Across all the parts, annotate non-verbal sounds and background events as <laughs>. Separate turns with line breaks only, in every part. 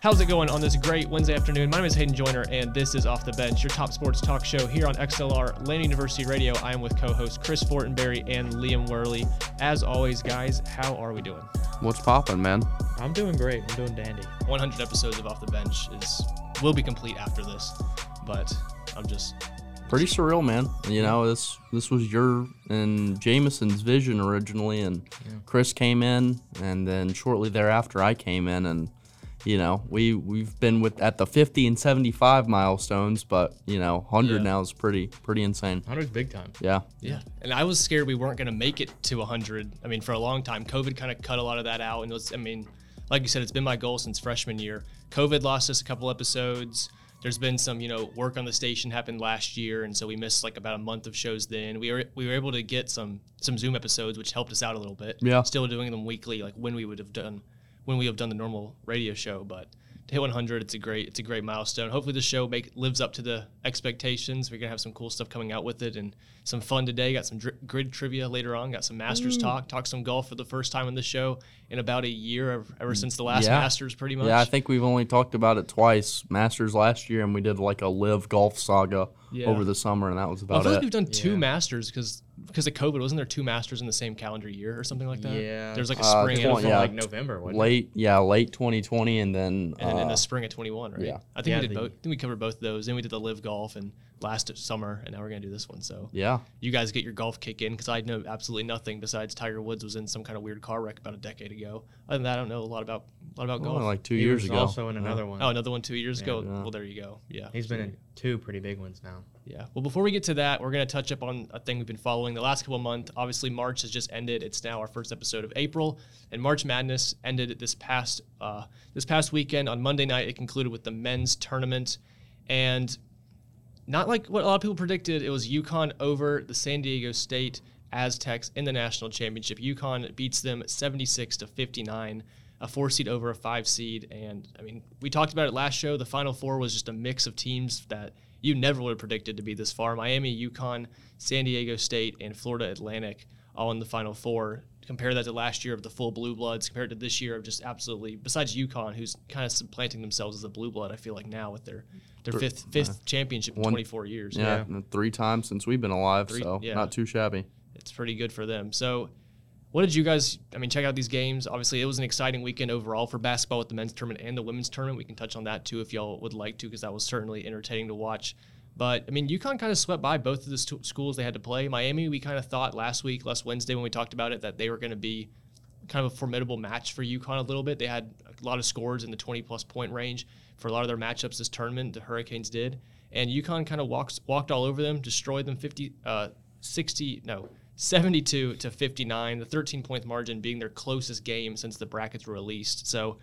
How's it going on this great Wednesday afternoon? My name is Hayden Joyner, and this is Off the Bench, your top sports talk show here on XLR Land University Radio. I am with co hosts Chris Fortenberry and Liam Worley. As always, guys, how are we doing?
What's poppin', man?
I'm doing great. I'm doing dandy.
100 episodes of Off the Bench is will be complete after this, but I'm just
Pretty surreal, man. You know, this this was your and Jameson's vision originally, and Chris came in, and then shortly thereafter I came in, and you know we we've been with at the 50 and 75 milestones, but you know 100
Yeah.
now is pretty pretty insane.
100's big time.
Yeah,
Yeah. And I was scared we weren't going to make it to 100. I mean, for a long time, COVID kind of cut a lot of that out. And it was, I mean, like you said, it's been my goal since freshman year. COVID lost us a couple episodes. There's been some, you know, work on the station happened last year, and so we missed like about a month of shows. Then we were we were able to get some some Zoom episodes, which helped us out a little bit.
Yeah.
Still doing them weekly, like when we would have done when we have done the normal radio show, but. To hit 100, it's a great, it's a great milestone. Hopefully, the show make lives up to the expectations. We're gonna have some cool stuff coming out with it, and some fun today. Got some dri- grid trivia later on. Got some
Mm.
Masters talk. Talked some golf for the first time in the show in about a year, ev- ever since the last
Mm. Yeah.
Masters, pretty much.
yeah. I think we've only talked about it twice. Masters last year, and we did like a live golf saga
Yeah.
over the summer, and that was
Well, I
about
feel like
it.
we've done two Masters because because of COVID. Wasn't there two Masters in the same calendar year or something like that?
Yeah.
There's like a
Uh,
spring
twen-
and, a
From
fall,
yeah.
like November. Wasn't it?
late, yeah, late 2020, and then
and then in
uh,
the spring of 21, right?
yeah.
I think
Yeah,
we did
the-
both. I think we covered both of those. Then we did the live golf and last summer, and now we're gonna do this one. So
yeah.
you guys get your golf kick in because I know absolutely nothing besides Tiger Woods was in some kind of weird car wreck about a decade ago. Other than that, I don't know a lot about a lot about
Well,
golf.
like two
He
years
was
ago.
Also in
Yeah.
another one.
Oh, another one two years
Yeah.
ago.
Yeah.
Well, there you go. Yeah.
He's been in two pretty big ones now.
Yeah. Well, before we get to that, we're going to touch up on a thing we've been following the last couple of months. Obviously, March has just ended. It's now our first episode of April, and March Madness ended this past uh, this past weekend on Monday night. It concluded with the men's tournament, and not like what a lot of people predicted. It was UConn over the San Diego State Aztecs in the national championship. UConn beats them 76 to 59, a four seed over a five seed. And I mean, we talked about it last show. The Final Four was just a mix of teams that you never would have predicted to be this far. Miami, UConn, San Diego State, and Florida Atlantic all in the Final Four. Compare that to last year of the full Blue Bloods, compared to this year of just absolutely. Besides UConn, who's kind of supplanting themselves as the Blue Blood, I feel like now with their their fifth fifth championship in
Uh, One-
24 years.
Yeah, three times since we've been alive,
Three-
so
yeah.
not too shabby.
It's pretty good for them. So, what did you guys, I mean, check out these games? Obviously, it was an exciting weekend overall for basketball with the men's tournament and the women's tournament. We can touch on that too if y'all would like to, because that was certainly entertaining to watch. But, I mean, UConn kind of swept by both of the stu- schools they had to play. Miami, we kind of thought last week, last Wednesday when we talked about it, that they were going to be kind of a formidable match for UConn a little bit. They had a lot of scores in the 20 plus point range for a lot of their matchups this tournament. The Hurricanes did, and UConn kind of walks walked all over them, destroyed them 50, uh, 60, no, 72 to 59. The 13 point margin being their closest game since the brackets were released. So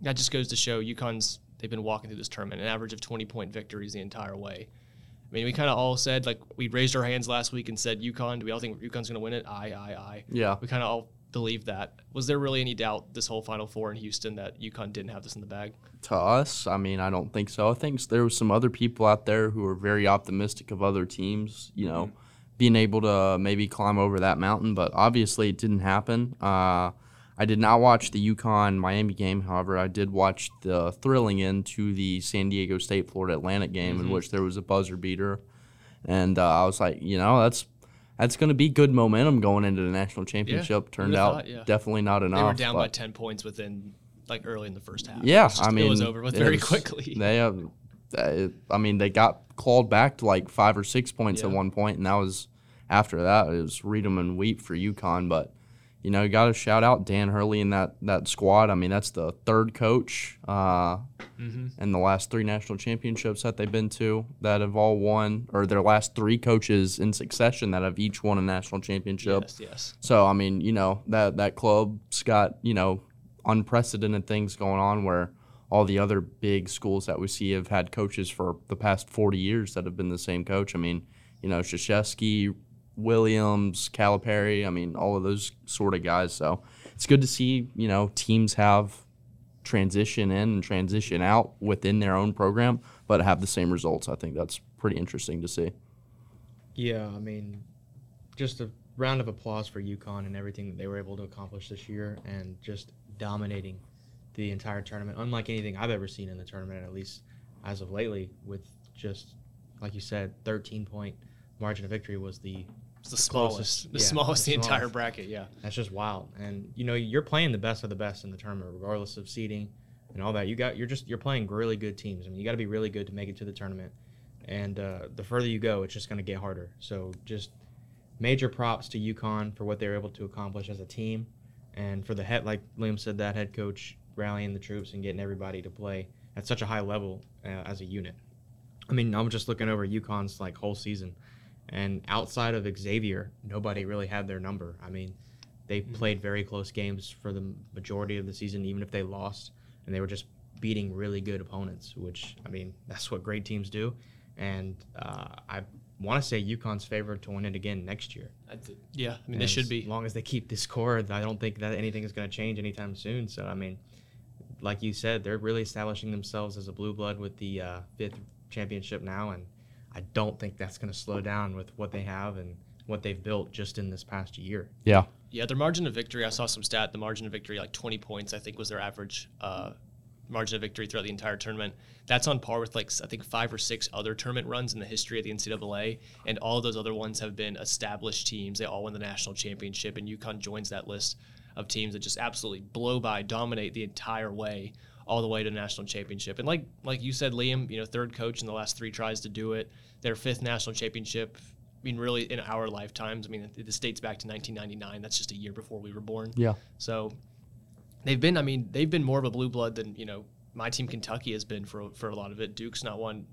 that just goes to show UConn's they've been walking through this tournament an average of 20 point victories the entire way. I mean, we kind of all said like we raised our hands last week and said UConn. Do we all think UConn's going to win it? I, I, I.
Yeah.
We kind of all believe that. Was there really any doubt this whole Final Four in Houston that UConn didn't have this in the bag?
To us, I mean, I don't think so. I think there was some other people out there who were very optimistic of other teams, you know,
Mm-hmm.
being able to uh, maybe climb over that mountain, but obviously it didn't happen. Uh, I did not watch the Yukon Miami game, however, I did watch the thrilling end to the San Diego State Florida Atlantic game
Mm-hmm.
in which there was a buzzer beater. And uh, I was like, you know, that's that's going to be good momentum going into the national championship. Turned
would've
out
thought, yeah.
definitely not enough.
They were down by
but-
10 points within like early in the first half.
Yeah,
It was just-
I mean,
it was over with very <laughs>
it's-
quickly.
They, uh, they- I mean, they got clawed back to like five or six points at
Yeah.
one point, and that was after that it was read 'em and weep for UConn. But you know, got to shout out Dan Hurley and that that squad. I mean, that's the third coach uh,
Mm-hmm.
in the last three national championships that they've been to that have all won, or their last three coaches in succession that have each won a national championship.
Yes, yes.
So I mean, you know that that club's got you know unprecedented things going on where all the other big schools that we see have had coaches for the past 40 years that have been the same coach. I mean, you know Krzyzewski, Williams, Calipari. I mean, all of those sort of guys. So it's good to see you know teams have transition in and transition out within their own program, but have the same results. I think that's pretty interesting to see.
Yeah, I mean, just a round of applause for UConn and everything that they were able to accomplish this year, and just dominating the entire tournament, unlike anything I've ever seen in the tournament, at least as of lately, with just like you said, 13 point margin of victory was the
It's the smallest,
Closest,
the
yeah,
smallest
the
the entire
smallest.
bracket. Yeah.
that's just wild. And you know you're playing the best of the best in the tournament, regardless of seeding and all that. You got you're just you're playing really good teams. I mean you got to be really good to make it to the tournament. And uh, the further you go, it's just going to get harder. So just major props to UConn for what they were able to accomplish as a team, and for the head like Liam said that head coach rallying the troops and getting everybody to play at such a high level uh, as a unit. I mean I'm just looking over UConn's like whole season. And outside of Xavier, nobody really had their number. I mean, they
Hmm.
played very close games for the majority of the season, even if they lost, and they were just beating really good opponents. Which I mean, <laughs> that's what great teams do. And uh, I want to say UConn's favored to win it again next year.
Yeah. I mean,
And
they should
as
be.
long as they keep this core, I don't think that anything is going to change anytime soon. So I mean, like you said, they're really establishing themselves as a blue blood with the uh, fifth championship now, and I don't think that's going to slow down with what they have and what they've built just in this past year.
Yeah.
Yeah, their margin of victory. I saw some stat. The margin of victory, like 20 points, I think was their average uh, margin of victory throughout the entire tournament. That's on par with like s- I think five or six other tournament runs in the history of the NCAA, and all those other ones have been established teams. They all won the national championship, and UConn joins that list of teams that just absolutely blow by, dominate the entire way, all the way to the national championship. And like like you said, Liam, you know, third coach in the last three tries to do it. Their fifth national championship. I mean, really, in our lifetimes. I mean, th- this dates back to 1999. That's just a year before we were born.
Yeah.
So they've been. I mean, they've been more of a blue blood than you know my team Kentucky has been for for a lot of it. Duke's not won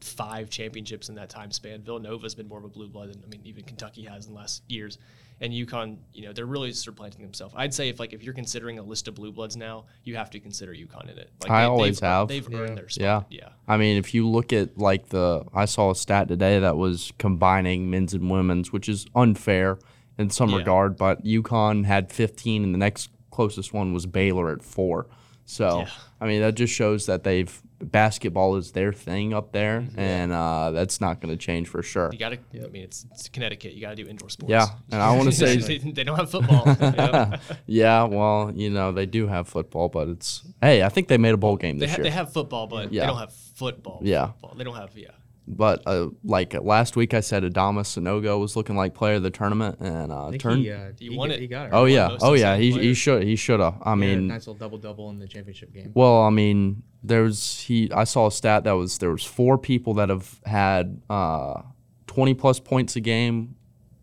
five championships in that time span. Villanova's been more of a blue blood than I mean even Kentucky has in the last years. And UConn, you know, they're really supplanting themselves. I'd say if like if you're considering a list of blue bloods now, you have to consider UConn in it. Like
I
they've-
always
they've-
have.
They've
Yeah.
earned their
Yeah.
spot. Yeah.
I mean, if you look at like the, I saw a stat today that was combining men's and women's, which is unfair in some
Yeah.
regard, but UConn had 15 and the next closest one was Baylor at four. So,
Yeah.
I mean, that just shows that they've, basketball is their thing up there,
Mm-hmm.
and uh, that's not going to change for sure.
You gotta. I mean, it's, it's Connecticut. You gotta do indoor sports.
Yeah, and I wanna
<laughs>
say-
they, they don't have
<laughs>
football. Yep.
<laughs> yeah, well, you know, they do have football, but it's, hey, I think they made a bowl game
They,
this
ha-
year.
they have football, but
Yeah.
they don't have football.
Yeah.
football. They don't have, yeah.
But uh, like last week, I said Adama Sinogo was looking like player of the tournament, and
I
uh,
think
turned.
he, uh,
He
he
won
got-
it.
He got it.
oh
right?
yeah,
most
oh yeah,
exciting
he, he
player.
should he should have. I
He had a
mean,
nice little double double in the championship game.
well, I mean, there's he. I saw a stat that was there was four people that have had uh, 20 plus points a game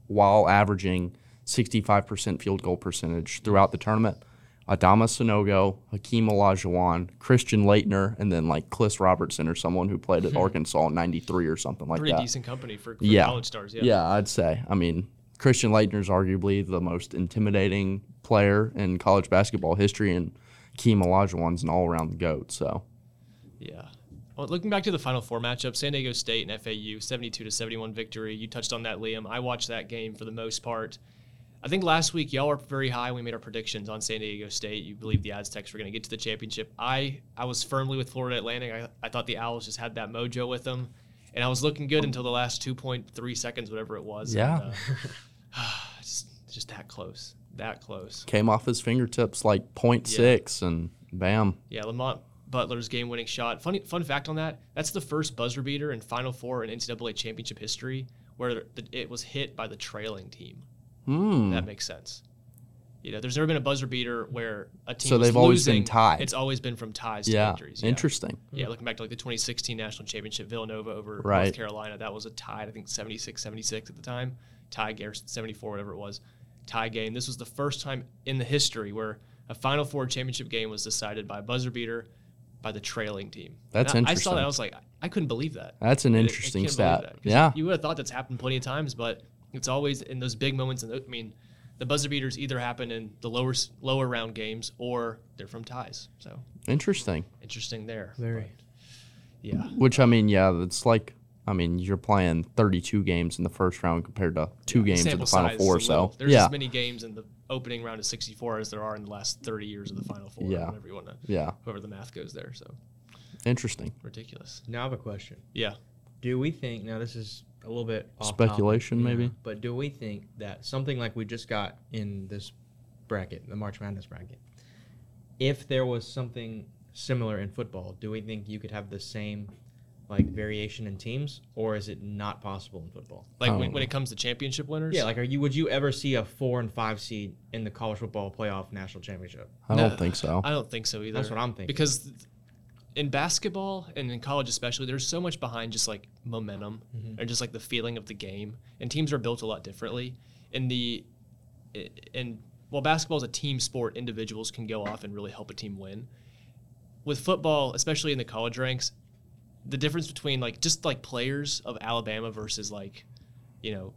while averaging 65 percent field goal percentage throughout the tournament. Adama Sinogo, Hakeem Olajuwon, Christian Leitner, and then like Cliss Robertson or someone who played at Arkansas in '93 or something like
Pretty
that.
decent company for, for
Yeah.
college stars. Yeah.
Yeah. I'd say. I mean, Christian Leitner's arguably the most intimidating player in college basketball history, and Keem Olajuwon's an all-around goat. So,
Yeah. Well, looking back to the Final Four matchup, San Diego State and FAU, 72 to 71 victory. You touched on that, Liam. I watched that game for the most part. I think last week y'all were very high. We made our predictions on San Diego State. You believed the Aztecs were going to get to the championship. I I was firmly with Florida Atlantic. I, I thought the Owls just had that mojo with them, and I was looking good until the last 2.3 seconds, whatever it was.
Yeah.
And, uh, <sighs> just just that close, that close.
came off his fingertips like 0.6, and bam.
Yeah, Lamont Butler's game-winning shot. Funny, fun fact on that: that's the first buzzer beater in Final Four in NCAA championship history where the, it was hit by the trailing team.
Hmm.
That makes sense. You know, there's never been a buzzer beater where a team.
So
was
they've always been
losing.
tied.
It's always been from ties to
yeah.
victories. Yeah.
Interesting.
Yeah, looking back to like the 2016 national championship, Villanova over
Hmm. Right.
North Carolina, that was a tied, I think 76 76 at the time, tie game, or 74, whatever it was, tie game. This was the first time in the history where a Final Four championship game was decided by a buzzer beater by the trailing team.
That's
And I- I saw that.
interesting.
I was like, I- I couldn't believe that.
That's an
I- I
interesting
can't believe
stat.
that, 'cause
Yeah.
You would have thought that's happened plenty of times, but it's always in those big moments. And I mean, the buzzer beaters either happen in the lower s- lower round games or they're from ties. So
Interesting.
interesting there.
Very.
but Yeah.
Which I mean, yeah, it's like. I mean, you're playing 32 games in the first round compared to two games in
Sample
the final
size
four.
is little.
So,
there's
yeah,
as many games in the opening round of 64 as there are in the last 30 years of the final four.
Yeah.
Yeah. Whatever you want to,
yeah,
whoever the math goes there. So
interesting
ridiculous.
Now I have a question.
Yeah.
Do we think now this is a little bit off topic,
speculation,
yeah,
maybe.
but do we think that something like we just got in this bracket, the March Madness bracket, if there was something similar in football, do we think you could have the same like variation in teams, or is it not possible in football?
Like
I
when,
don't
when
know.
it comes to championship winners,
Yeah, like are you would you ever see a four and five seed in the college football playoff national championship?
I
No,
don't think so.
I don't think so either.
That's what I'm thinking.
Because th- in basketball and in college especially, there's so much behind just like momentum
Mm-hmm.
and just like the feeling of the game. And teams are built a lot differently. And the i- and while basketball is a team sport, individuals can go off and really help a team win. With football, especially in the college ranks, the difference between like just like players of Alabama versus like, you know,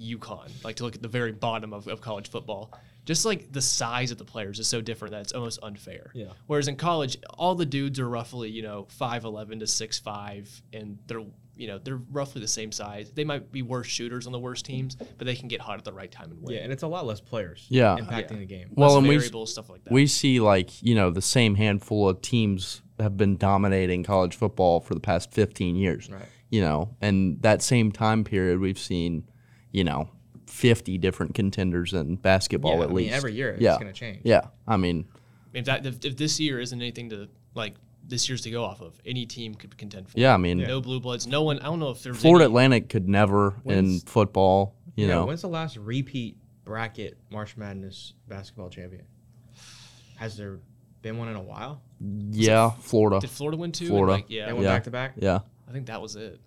UConn, like to look at the very bottom of, of college football, just like the size of the players is so different that it's almost unfair.
Yeah.
Whereas in college, all the dudes are roughly, you know, 5'11 to 6'5, and they're, you know, they're roughly the same size. They might be worse shooters on the worst teams, but they can get hot at the right time and win.
Yeah, and it's a lot less players.
Yeah.
impacting
Yeah.
the game.
Less
Well, and we
variables, stuff like that.
we see like you know the same handful of teams have been dominating college football for the past 15 years.
Right.
You know, and that same time period we've seen, you know, 50 different contenders in basketball
Yeah,
at
I mean,
least.
every year it's
yeah.
gonna change.
Yeah. I mean,
if, that, if, if this year isn't anything to, like, this year's to go off of, any team could contend for.
yeah, I mean
No blue bloods. No one, I don't know if there's
Florida
any-
Atlantic could never in
When's-
football, you
Yeah,
know.
when's the last repeat bracket March Madness basketball champion? Has there been one in a while?
Yeah, Florida.
Did Florida win two? And,
Florida.
Like, yeah.
They went
Yeah.
back to back.
Yeah.
I think that was it.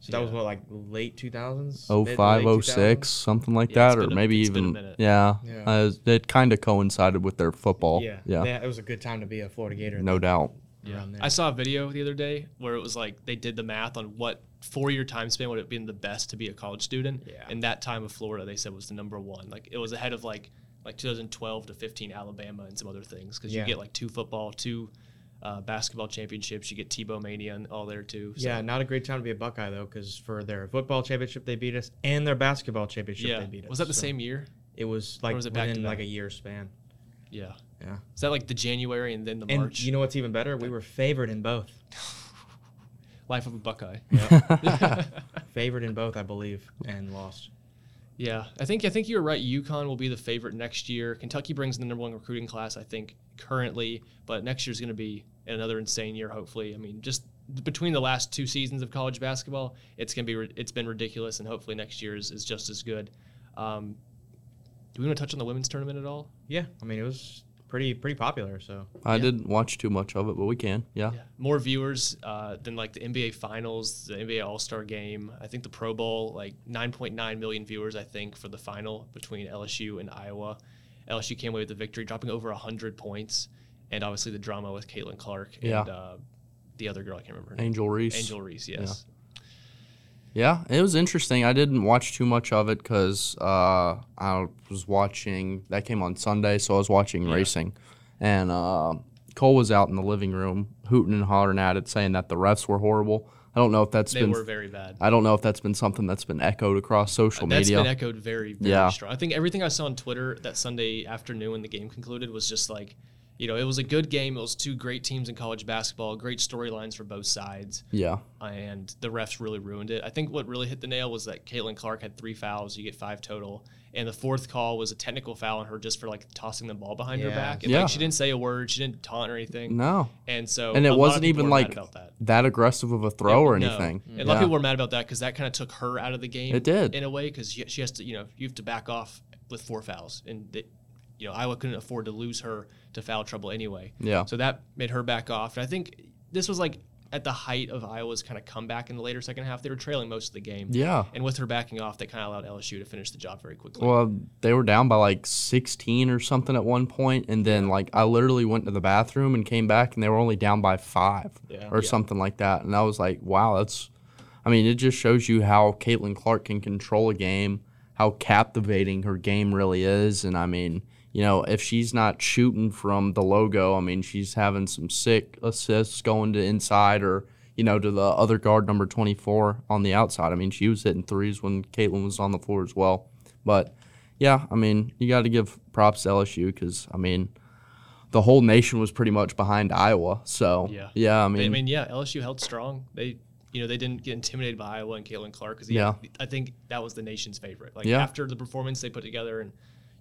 So that was
Yeah.
what like late 2000s.
Oh,
Mid to
05,
late
06,
2000s?
something like
Yeah, it's
that, or
been a-
maybe
it's been a
even
minute.
yeah.
Yeah.
Uh, it kind of coincided with their football.
Yeah,
yeah,
yeah. It was a good time to be a Florida Gator.
no doubt.
around there.
I saw a video the other day where it was like they did the math on what four year time span would have been the best to be a college student.
Yeah.
And that time of Florida, they said was the number one. Like it was ahead of like like 2012 to 15 Alabama and some other things because
Yeah.
you get like two football, two uh, basketball championships. You get Tebow Mania and all there too. So
Yeah, not a great time to be a Buckeye though, because for their football championship they beat us, and their basketball championship
yeah.
they beat us.
Was that the
so
same year?
It was like
was it back to
within like a
back?
year span.
Yeah.
Yeah.
Is that like the January and then the
And
March? <laughs>
you know what's even better? We were favored in both.
Life of a Buckeye.
<laughs>
<laughs>
Favored in both, I believe, and lost.
<laughs> Yeah, I think I think you're right. UConn will be the favorite next year. Kentucky brings in the number one recruiting class, I think, currently, but next year's going to be another insane year. Hopefully, I mean, just between the last two seasons of college basketball, it's going to be ri- it's been ridiculous, and hopefully next year's is just as good. Um, do we want to touch on the women's tournament at all?
Yeah, I mean it was pretty pretty popular. So
I
Yeah.
didn't watch too much of it, but we can. Yeah,
More viewers uh, than like the NBA Finals, the NBA All Star Game. I think the Pro Bowl, like 9.9 million viewers, I think, for the final between LSU and Iowa. LSU came away with the victory, dropping over 100 points. And obviously the drama with Caitlin Clark and
Yeah.
uh, the other girl, I can't remember her name.
Angel Reese.
Angel Reese, yes.
Yeah, it was interesting. I didn't watch too much of it because uh, I was watching. That came on Sunday, so I was watching racing, and uh, Cole was out in the living room hooting and hollering at it, saying that the refs were horrible. I don't know if that's
They
been.
were very bad.
I don't know if that's been something that's been echoed across social
That's
media.
been echoed very, very
Yeah.
strong. I think everything I saw on Twitter that Sunday afternoon when the game concluded was just like, you know, it was a good game. It was two great teams in college basketball, great storylines for both sides.
yeah,
and the refs really ruined it. I think what really hit the nail was that Caitlin Clark had three fouls, you get five total, and the fourth call was a technical foul on her just for like tossing the ball behind
Yeah.
her back. And,
Yeah.
like, she didn't say a word, she didn't taunt or anything,
no,
and so
and
a
it
lot of
wasn't
people
even
were mad
like
about that.
that aggressive of a throw or
No.
anything.
And a lot of
Yeah.
people were mad about that because that kind of took her out of the game.
It did.
in a way because she, she has to, you know, you have to back off with four fouls, and they, you know Iowa couldn't afford to lose her to foul trouble anyway.
Yeah.
So that made her back off. And I think this was like at the height of Iowa's kind of comeback in the later second half. They were trailing most of the game.
Yeah.
And with her backing off, that kind of allowed LSU to finish the job very quickly.
Well, they were down by like 16 or something at one point, and then like I literally went to the bathroom and came back, and they were only down by five
Yeah.
or something like that, and I was like, wow, that's. I mean, it just shows you how Caitlin Clark can control a game, how captivating her game really is, and I mean, you know, if she's not shooting from the logo, I mean, she's having some sick assists going to inside or. You know, to the other guard, number 24 on the outside. I mean, she was hitting threes when Caitlin was on the floor as well. But yeah, I mean, you got to give props to LSU because I mean, the whole nation was pretty much behind Iowa. So
Yeah.
I mean,
I mean, yeah, LSU held strong. They, you know, they didn't get intimidated by Iowa and Caitlin Clark because
Yeah.
I think that was the nation's favorite. Like
Yeah.
after the performance they put together and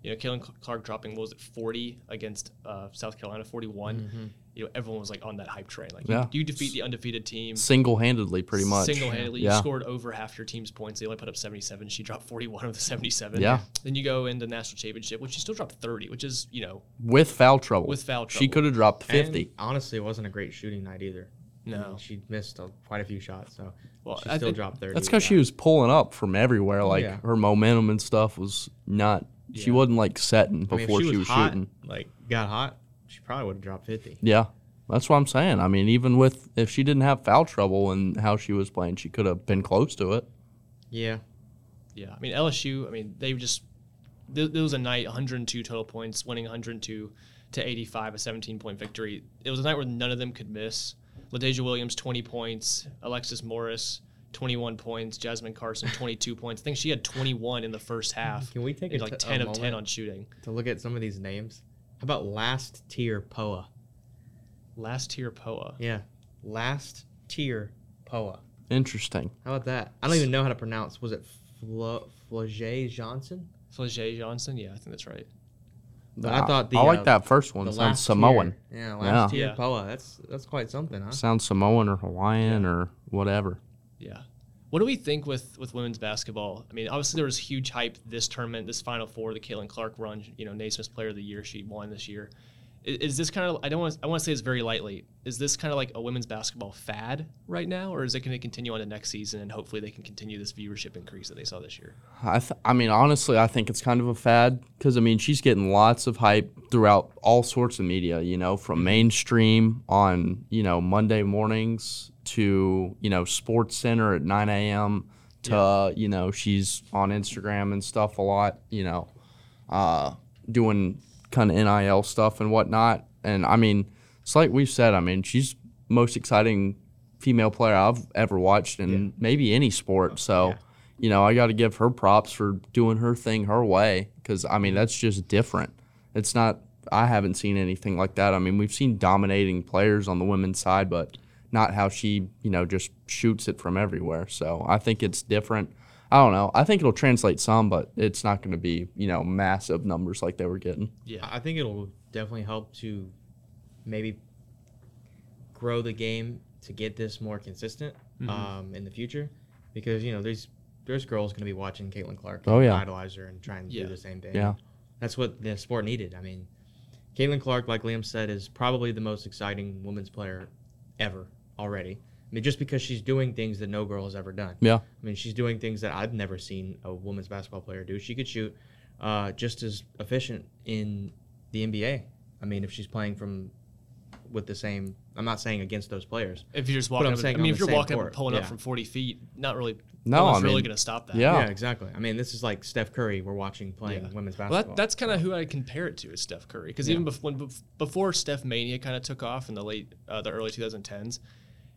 You know, Kalen Cl- Clark dropping what was it 40 against uh, South Carolina 41.
Mm-hmm.
You know, everyone was like on that hype train. Like,
Mm. Yeah.
you, you defeat the undefeated team
Single handedly, pretty much.
single-handedly. You
Yeah.
scored over half your team's points. They only put up 77. She dropped 41 of the 77.
Yeah.
Then you go into national championship, which she still dropped 30, which is you know
With foul trouble.
With foul
She
trouble.
could have dropped
And
50.
honestly, it wasn't a great shooting night either. I mean,
no.
she missed a, quite a few shots, so
Well,
she
I
still
think
dropped thirty.
That's
with
because she
that.
was pulling up from everywhere. Like
Yeah.
her momentum and stuff was not. She
Yeah.
wasn't like setting
I mean, if
before she was,
hot,
shooting.
Like got hot, she probably would have dropped fifty.
Yeah, that's what I'm saying. I mean, even with if she didn't have foul trouble and how she was playing, she could have been close to it.
Yeah,
Yeah, I mean LSU. I mean they just th- there was a night 102 total points, winning 102 to 85, a 17 point victory. It was a night where none of them could miss. LaDeja Williams 20 points, Alexis Morris 21 points, Jasmine Carson 22 points. I think she had 21 in the first half.
Can we take
and
a
like
t- a
10 of 10
moment?
on shooting?
to look at some of these names. How about last tier Poa?
Last tier Poa.
Yeah, last tier Poa.
Interesting.
How about that? I don't even know how to pronounce. Was it Flo- Flage Johnson?
Flage Johnson. Yeah, I think that's right.
But I thought the
I like
uh,
that first one.
the
Sounds
last
Samoan.
tier- yeah, last
Yeah.
tier
Yeah.
Poa. That's that's quite something, huh?
Sounds Samoan or Hawaiian or whatever.
Yeah. What do we think with with women's basketball? I mean, obviously there was huge hype this tournament, this Final Four, the Caitlin Clark run. You know, Naismith's Player of the Year, she won this year. I- Is, this kind of I don't want I want to say this very lightly. Is this kind of like a women's basketball fad right now, or is it going to continue on to next season and hopefully they can continue this viewership increase that they saw this year?
I, th- I mean, honestly, I think it's kind of a fad because, I mean, she's getting lots of hype throughout all sorts of media, you know, from mainstream on, you know, Monday mornings to, you know, Sports Center at 9 a.m. to, you know, she's on Instagram and stuff a lot, you know, uh, doing kind of NIL stuff and whatnot. And I mean, it's like we've said, I mean, she's most exciting female player I've ever watched in maybe any sport. So, you know, I got to give her props for doing her thing her way because, I mean, that's just different. It's not, I haven't seen anything like that. I mean, we've seen dominating players on the women's side, but not how she, you know, just shoots it from everywhere. So I think it's different. I don't know. I think it'll translate some, but it's not going to be, you know, massive numbers like they were getting.
Yeah.
I I think it'll definitely help to maybe grow the game to get this more consistent
Mhm.
Mm-hmm.
um, in the future, because you know there's there's girls going to be watching Caitlin Clark,
Oh,
and
yeah.
idolize her and trying to
Yeah.
do the same thing.
Yeah.
that's what the sport needed. I mean, Caitlin Clark, like Liam said, is probably the most exciting women's player ever already. I mean, just because she's doing things that no girl has ever done.
Yeah.
I mean, she's doing things that I've never seen a women's basketball player do. She could shoot uh, just as efficient in the NBA. I mean, if she's playing from with the same, I'm not saying against those players.
If you're just
But I'm
walking, up, I
saying
mean,
on
if
the
you're
same
walking up
court,
and pulling up
yeah.
from 40 feet, not really.
No,
No, one's
I
really
mean-
going to stop that.
Yeah.
exactly. I mean, this is like Steph Curry we're watching playing
Yeah.
women's
Well,
basketball.
that, that's kind of who I compare it to is Steph Curry because even bef- when, bef- before Steph Mania kind of took off in the late uh, the early 2010s,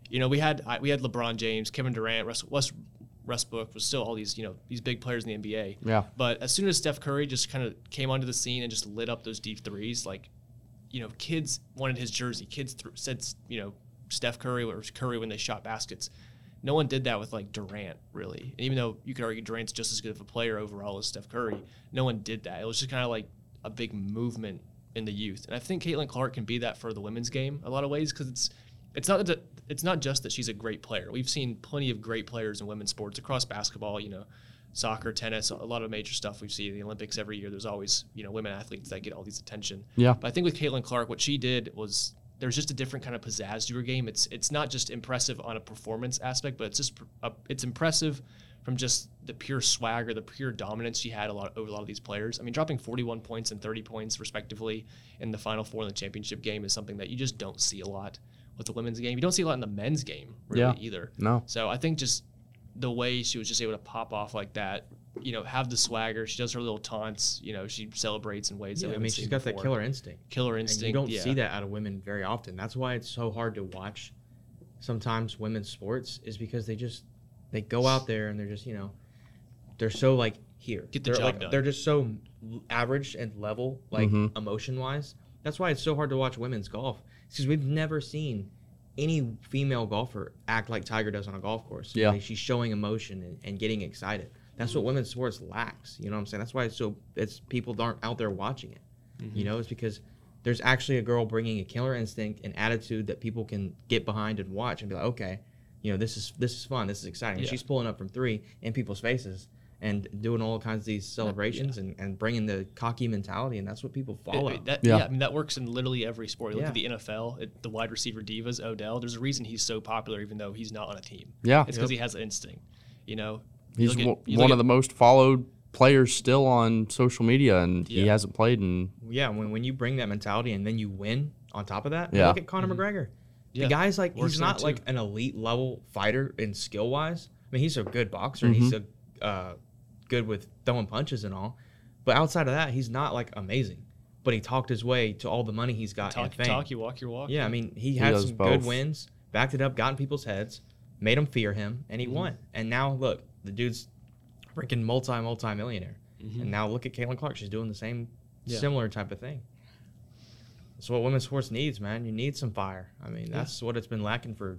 you know we had I, we had LeBron James, Kevin Durant, Russ, West Westbrook was still all these you know these big players in the NBA.
Yeah.
But as soon as Steph Curry just kind of came onto the scene and just lit up those deep threes, like you know kids wanted his jersey. Kids th- said you know Steph Curry or Curry when they shot baskets. No one did that with like Durant, really. And even though you could argue Durant's just as good of a player overall as Steph Curry, no one did that. It was just kind of like a big movement in the youth, and I think Caitlin Clark can be that for the women's game a lot of ways because it's it's not that it's not just that she's a great player. We've seen plenty of great players in women's sports across basketball, you know, soccer, tennis, a lot of major stuff we've seen in the Olympics every year. There's always you know women athletes that get all these attention.
Yeah.
But I think with Caitlin Clark, what she did was there's just a different kind of pizzazz to her game. It's it's not just impressive on a performance aspect, but it's just pr- uh, it's impressive from just the pure swagger, the pure dominance she had a lot over a lot of these players. I mean, dropping 41 points and 30 points respectively in the Final Four in the championship game is something that you just don't see a lot with the women's game. You don't see a lot in the men's game really
Yeah.
either.
No.
So I think just the way she was just able to pop off like that, you know, have the swagger. She does her little taunts. You know, she celebrates in ways that we
I
haven't
mean, she's
seen
got that
before.
killer instinct.
killer
And
instinct.
you don't
yeah.
see that out of women very often. That's why it's so hard to watch sometimes women's sports is because they just they go out there and they're just, you know, they're so like here.
Get the
they're,
job
like,
done.
They're just so average and level, like
Mhm.
emotion wise. That's why it's so hard to watch women's golf because we've never seen any female golfer act like Tiger does on a golf course.
Yeah.
Like, she's showing emotion and, and getting excited. That's
Mm-hmm.
what women's sports lacks. You know what I'm saying? That's why it's so it's people aren't out there watching it. You know, it's because there's actually a girl bringing a killer instinct and attitude that people can get behind and watch and be like, okay, you know, this is this is fun, this is exciting.
Yeah.
She's pulling up from three in people's faces and doing all kinds of these celebrations and, and bringing the cocky mentality, and that's what people
It-
follow.
it- that, yeah.
Yeah.
I mean that works in literally every sport. You Look at the
Yeah.
NFL, it, the wide receiver divas, Odell. There's a reason he's so popular, even though he's not on a team.
Yeah.
it's because he has that instinct. You know, You
He's
look at-
wo-
you look
one
at-
of the most followed players still on social media, and he
Yeah.
hasn't played in.
yeah, when, when you bring that mentality and then you win on top of that,
Yeah.
look at Conor McGregor.
Mm-hmm. Yeah.
The guy's like
Works
he's
there
not
too.
like an elite level fighter in skill wise. I mean, he's a good boxer and he's
Mm-hmm.
a uh, good with throwing punches and all, but outside of that, he's not like amazing. But he talked his way to all the money he's got
talk,
and fame.
talk, you walk your walk.
Yeah, I mean, he had
does
some good
both.
wins, backed it up, got in people's heads, made them fear him, and he
Mm-hmm.
won. And now look, the dude's freaking multi multi millionaire.
Mm-hmm.
Mm-hmm.
And now look at Caitlin Clark; she's doing the same,
Yeah.
similar type of thing. That's what women's sports needs, man. You need some fire. I mean, that's what it's been lacking for.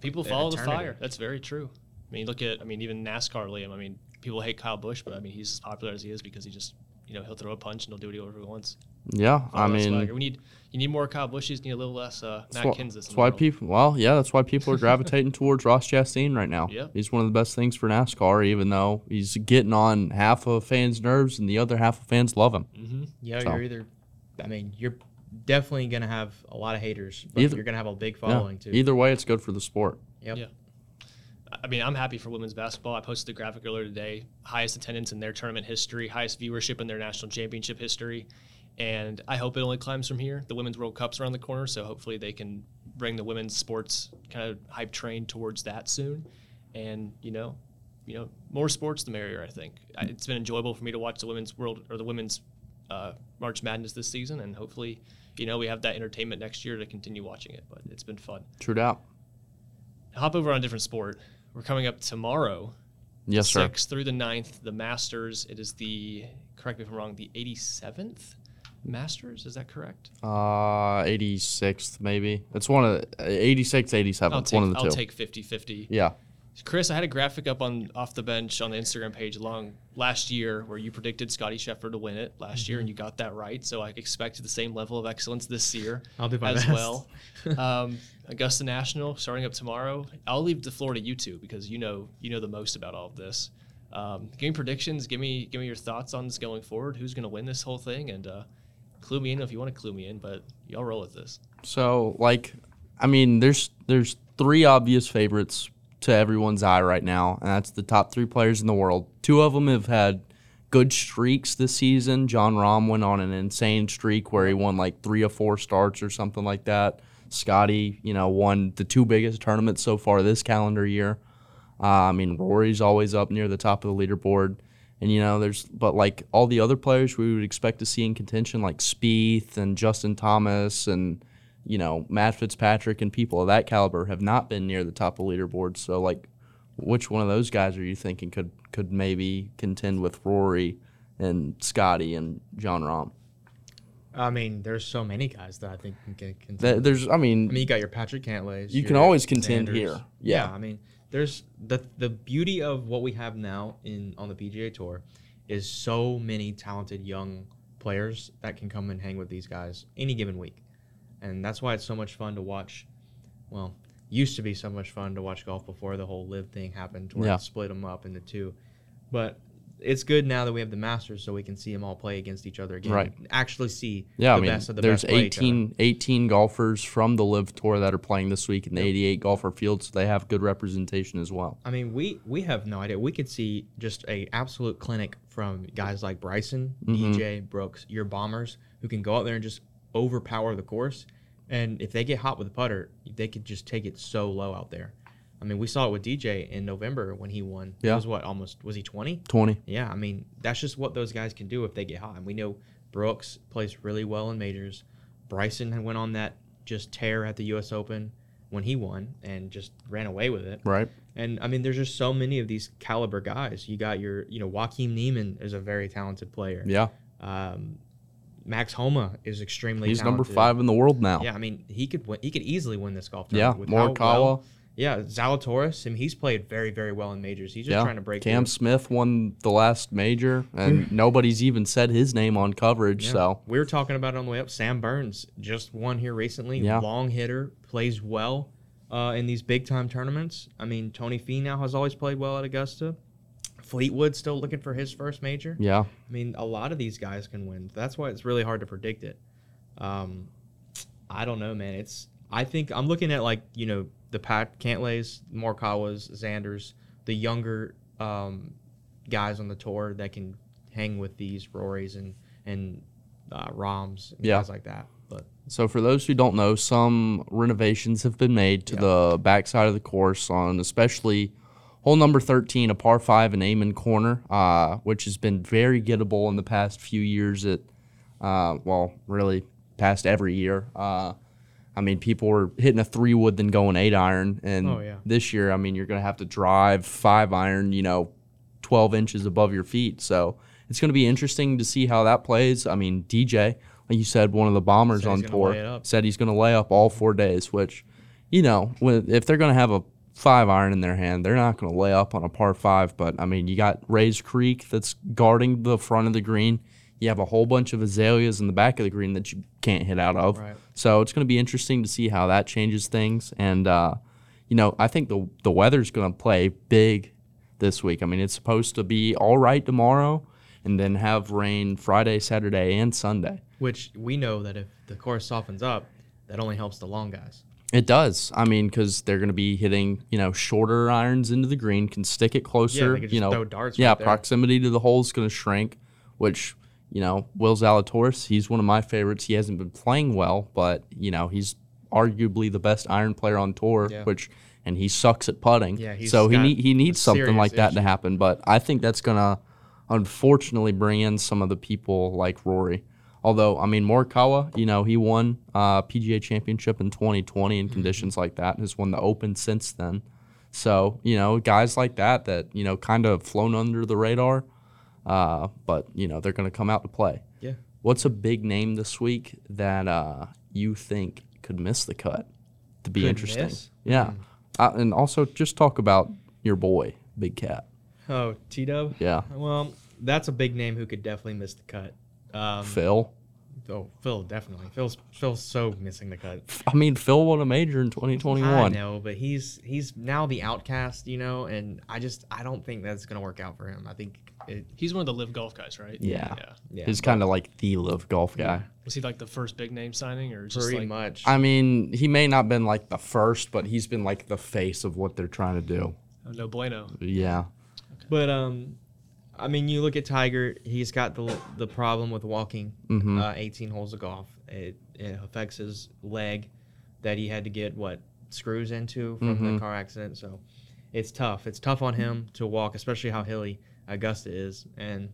People
An
follow the
eternity.
fire. That's very true. I mean, look at, I mean, even NASCAR, Liam. I mean, people hate Kyle Busch, but I mean, he's as popular as he is because he just, you know, he'll throw a punch and he'll do whatever he wants.
Yeah, I
Follow that
mean,
swagger. we need, you need more Kyle Bushes, you need a little less uh,
that's
Matt
why,
Kenseth. in
that's
the
why
world.
people. Well, yeah, that's why people
<laughs>
are gravitating towards Ross Chastain right now.
Yeah.
he's one of the best things for NASCAR, even though he's getting on half of fans' nerves, and the other half of fans love him.
Mm-hmm.
Yeah,
So-
you're either. I mean, you're definitely gonna have a lot of haters, but
Either-
you're gonna have a big
Yeah.
following too.
Either way, it's good for the sport.
Yep.
Yeah. I- I mean, I'm happy for women's basketball. I posted the graphic earlier today. Highest attendance in their tournament history, highest viewership in their national championship history. And I hope it only climbs from here. The Women's World Cup's around the corner, so hopefully they can bring the women's sports kind of hype train towards that soon. And, you know, you know, more sports the merrier, I think. I- It's been enjoyable for me to watch the women's world or the women's uh, March Madness this season, and hopefully, you know, we have that entertainment next year to continue watching it. But it's been fun
True doubt.
hop over on a different sport. We're coming up tomorrow,
Yes, sir.
6th through the 9th, the Masters. It is the, correct me if I'm wrong, the 87th Masters. Is that correct?
Uh, 86th maybe. It's one of the, 86, 87.
I'll
It's
take,
one of the
I'll
two.
take 50 50.
yeah.
Chris, I had a graphic up on off the bench on the Instagram page long last year where you predicted Scotty Scheffler to win it last
Mm-hmm.
year, and you got that right. So I expect the same level of excellence this year
I'll do my
as
best.
well. um, Augusta National starting up tomorrow. I'll leave the floor to you two because you know you know the most about all of this. Um, give me predictions. Give me give me your thoughts on this going forward. Who's going to win this whole thing? And uh, clue me in if you want to clue me in, but y'all roll with this.
So like, I mean, there's there's three obvious favorites to everyone's eye right now, and that's the top three players in the world. Two of them have had good streaks this season. John Rahm went on an insane streak where he won like three or four starts or something like that. Scotty, you know, won the two biggest tournaments so far this calendar year. Uh, I mean, Rory's always up near the top of the leaderboard. And, you know, there's, but like all the other players we would expect to see in contention, like Spieth and Justin Thomas and, you know, Matt Fitzpatrick and people of that caliber have not been near the top of the leaderboard. So, like, which one of those guys are you thinking could, could maybe contend with Rory and Scotty and John Rahm?
I mean, there's so many guys that I think can get. can-
Th- There's, I mean,
I mean, you got your Patrick Cantlays.
You can
your
always contend here. Yeah.
I mean, there's the the beauty of what we have now in on the PGA Tour is so many talented young players that can come and hang with these guys any given week, and that's why it's so much fun to watch. Well, used to be so much fun to watch golf before the whole live thing happened, where
Yeah.
it split them up into two, but. It's good now that we have the Masters, so we can see them all play against each other again.
Right.
Actually, see
Yeah,
the
I mean,
best of the
there's
best play each other.
18, 18 golfers from the Live Tour that are playing this week in the 88 golfer field, so they have good representation as well.
I mean, we we have no idea. We could see just a absolute clinic from guys like Bryson, DJ, Brooks, your bombers, who can go out there and just overpower the course. And if they get hot with the putter, they could just take it so low out there. I mean, we saw it with DJ in November when he won. He
Yeah.
was what almost was he twenty?
20.
Yeah, I mean, that's just what those guys can do if they get hot. And we know Brooks plays really well in majors. Bryson had went on that just tear at the U.S. Open when he won and just ran away with it.
Right.
And I mean, there's just so many of these caliber guys. You got your, you know, Joaquin Neiman is a very talented player.
Yeah.
Um, Max Homa is extremely.
He's number
talented.
five in the world now.
Yeah, I mean, he could win, he could easily win this golf
Yeah.
tournament. with how
Morikawa.
well- yeah, Zalatoris, I mean, he's played very, very well in majors. He's just
yeah.
trying to break.
Cam
through.
Smith won the last major,
<laughs>
and nobody's even said his name on coverage.
Yeah.
So
we were talking about it on the way up. Sam Burns just won here recently.
Yeah.
Long hitter, plays well uh, in these big time tournaments. I mean, Tony Finau has always played well at Augusta. Fleetwood still looking for his first major.
yeah,
I mean, a lot of these guys can win. That's why it's really hard to predict it. Um, I don't know, man. It's I think I'm looking at like you know the Pat Cantlays, Morikawa's, Xander's, the younger um, guys on the tour that can hang with these Rorys and and uh, Roms and
Yeah.
guys like that. But
So, for those who don't know, some renovations have been made to
Yeah.
the backside of the course on especially hole number 13, a par five in Amon Corner, uh, which has been very gettable in the past few years. At uh, well, really, past every year. Uh, I mean, people were hitting a three wood, then going eight iron, and
Oh, yeah.
this year, I mean, you're going to have to drive five iron, you know, 12 inches above your feet. So it's going to be interesting to see how that plays. I mean, DJ, like you said, one of the bombers
Said he's
on
gonna lay it
tour
up.
said he's going to lay up all four days, which, you know, with, if they're going to have a five iron in their hand, they're not going to lay up on a par five. But I mean, you got Ray's Creek that's guarding the front of the green. You have a whole bunch of azaleas in the back of the green that you can't hit out of.
Right.
So it's going to be interesting to see how that changes things. And, uh, you know, I think the, the weather's going to play big this week. I mean, it's supposed to be all right tomorrow and then have rain Friday, Saturday, and Sunday.
which we know that if the course softens up, that only helps the long guys.
It does. I mean, because they're going to be hitting, you know, shorter irons into the green, can stick it
Yeah,
closer.
they could
you
just
know,
throw darts
yeah,
right there.
proximity to the hole is going to shrink, which you know, Will Zalatoris, he's one of my favorites. He hasn't been playing well, but you know, he's arguably the best iron player on tour.
Yeah.
Which and he sucks at putting.
Yeah, he's
so he
got
need, he needs
a
something
serious
like that to
issue.
happen. But I think that's going to unfortunately bring in some of the people like Rory. Although, I mean, Morikawa, you know, he won uh, PGA Championship in 2020
Mm-hmm.
in conditions like that, and has won the Open since then. So, you know, guys like that that, you know, kind of flown under the radar, uh, but, you know, they're going to come out to play.
Yeah.
What's a big name this week that uh, you think could miss the cut to be
Could
interesting?
miss? Hmm.
Yeah. Uh, and also just talk about your boy, Big Cat.
Oh, T Dub.
Yeah.
Well, that's a big name who could definitely miss the cut. Um,
Phil.
Oh, Phil definitely. Phil's Phil's so missing the cut.
I mean, Phil won a major in
I
2021.
know, but he's he's now the outcast, you know, and I just I don't think that's gonna work out for him. I think it,
He's one of the live golf guys, right?
Yeah.
Yeah.
yeah,
He's kind of like the live golf guy.
Was he like the first big name signing or just
pretty
like
much.
I mean, he may not been like the first, but he's been like the face of what they're trying to do.
oh, no bueno?
Yeah.
But um, I mean, you look at Tiger. He's got the the problem with walking
Mhm.
uh, 18 holes of golf. It, it affects his leg that he had to get what screws into from the
Mhm.
car accident. So it's tough. It's tough on him to walk, especially how hilly Augusta is, and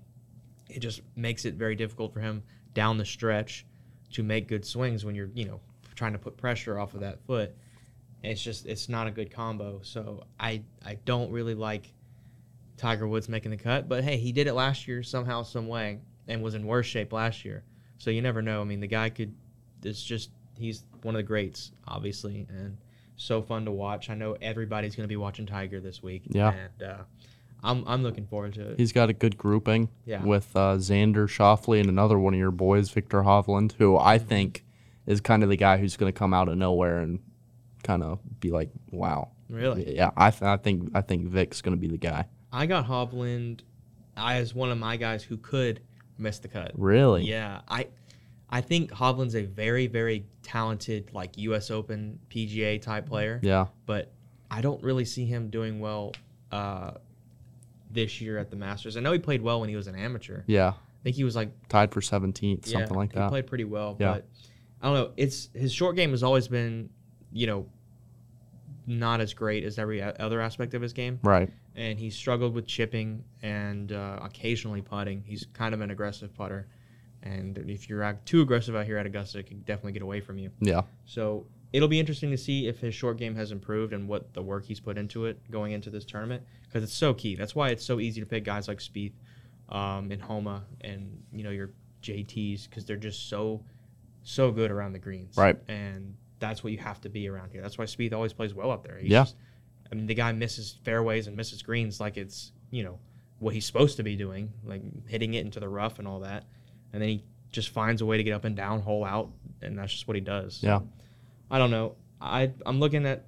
it just makes it very difficult for him down the stretch to make good swings when you're you know trying to put pressure off of that foot. It's just it's not a good combo. So I I don't really like Tiger Woods making the cut, but hey, he did it last year somehow, some way, and was in worse shape last year. So you never know. I mean, the guy could. It's just he's one of the greats, obviously, and so fun to watch. I know everybody's going to be watching Tiger this week.
Yeah.
and uh, I'm I'm looking forward to it.
He's got a good grouping
Yeah.
with uh, Xander Shoffley and another one of your boys, Victor Hovland, who I
Mm-hmm.
think is kind of the guy who's going to come out of nowhere and kind of be like, wow.
Really,
Yeah, I, th- I think I think Vic's going to be the guy.
I got Hovland I, as one of my guys who could miss the cut.
Really?
Yeah, I I think Hovland's a very very talented like U.S. Open PGA type player.
Yeah.
but I don't really see him doing well uh, this year at the Masters. I know he played well when he was an amateur.
Yeah.
I think he was like
Tied for 17th,
yeah,
something like
He
that.
played pretty well,
Yeah.
but I don't know. It's his short game has always been, you know, not as great as every o- other aspect of his game,
Right.
and he struggled with chipping and uh, occasionally putting. He's kind of an aggressive putter, and if you're ag- too aggressive out here at Augusta, it can definitely get away from you.
Yeah.
So it'll be interesting to see if his short game has improved and what the work he's put into it going into this tournament because it's so key. That's why it's so easy to pick guys like Spieth um, and Homa and you know your JTs because they're just so so good around the greens.
Right.
And that's what you have to be around here. That's why Spieth always plays well up there. He's
Yeah.
just- I mean, the guy misses fairways and misses greens like it's you know what he's supposed to be doing, like hitting it into the rough and all that, and then he just finds a way to get up and down, hole out, and that's just what he does.
Yeah.
I don't know. I I'm looking at.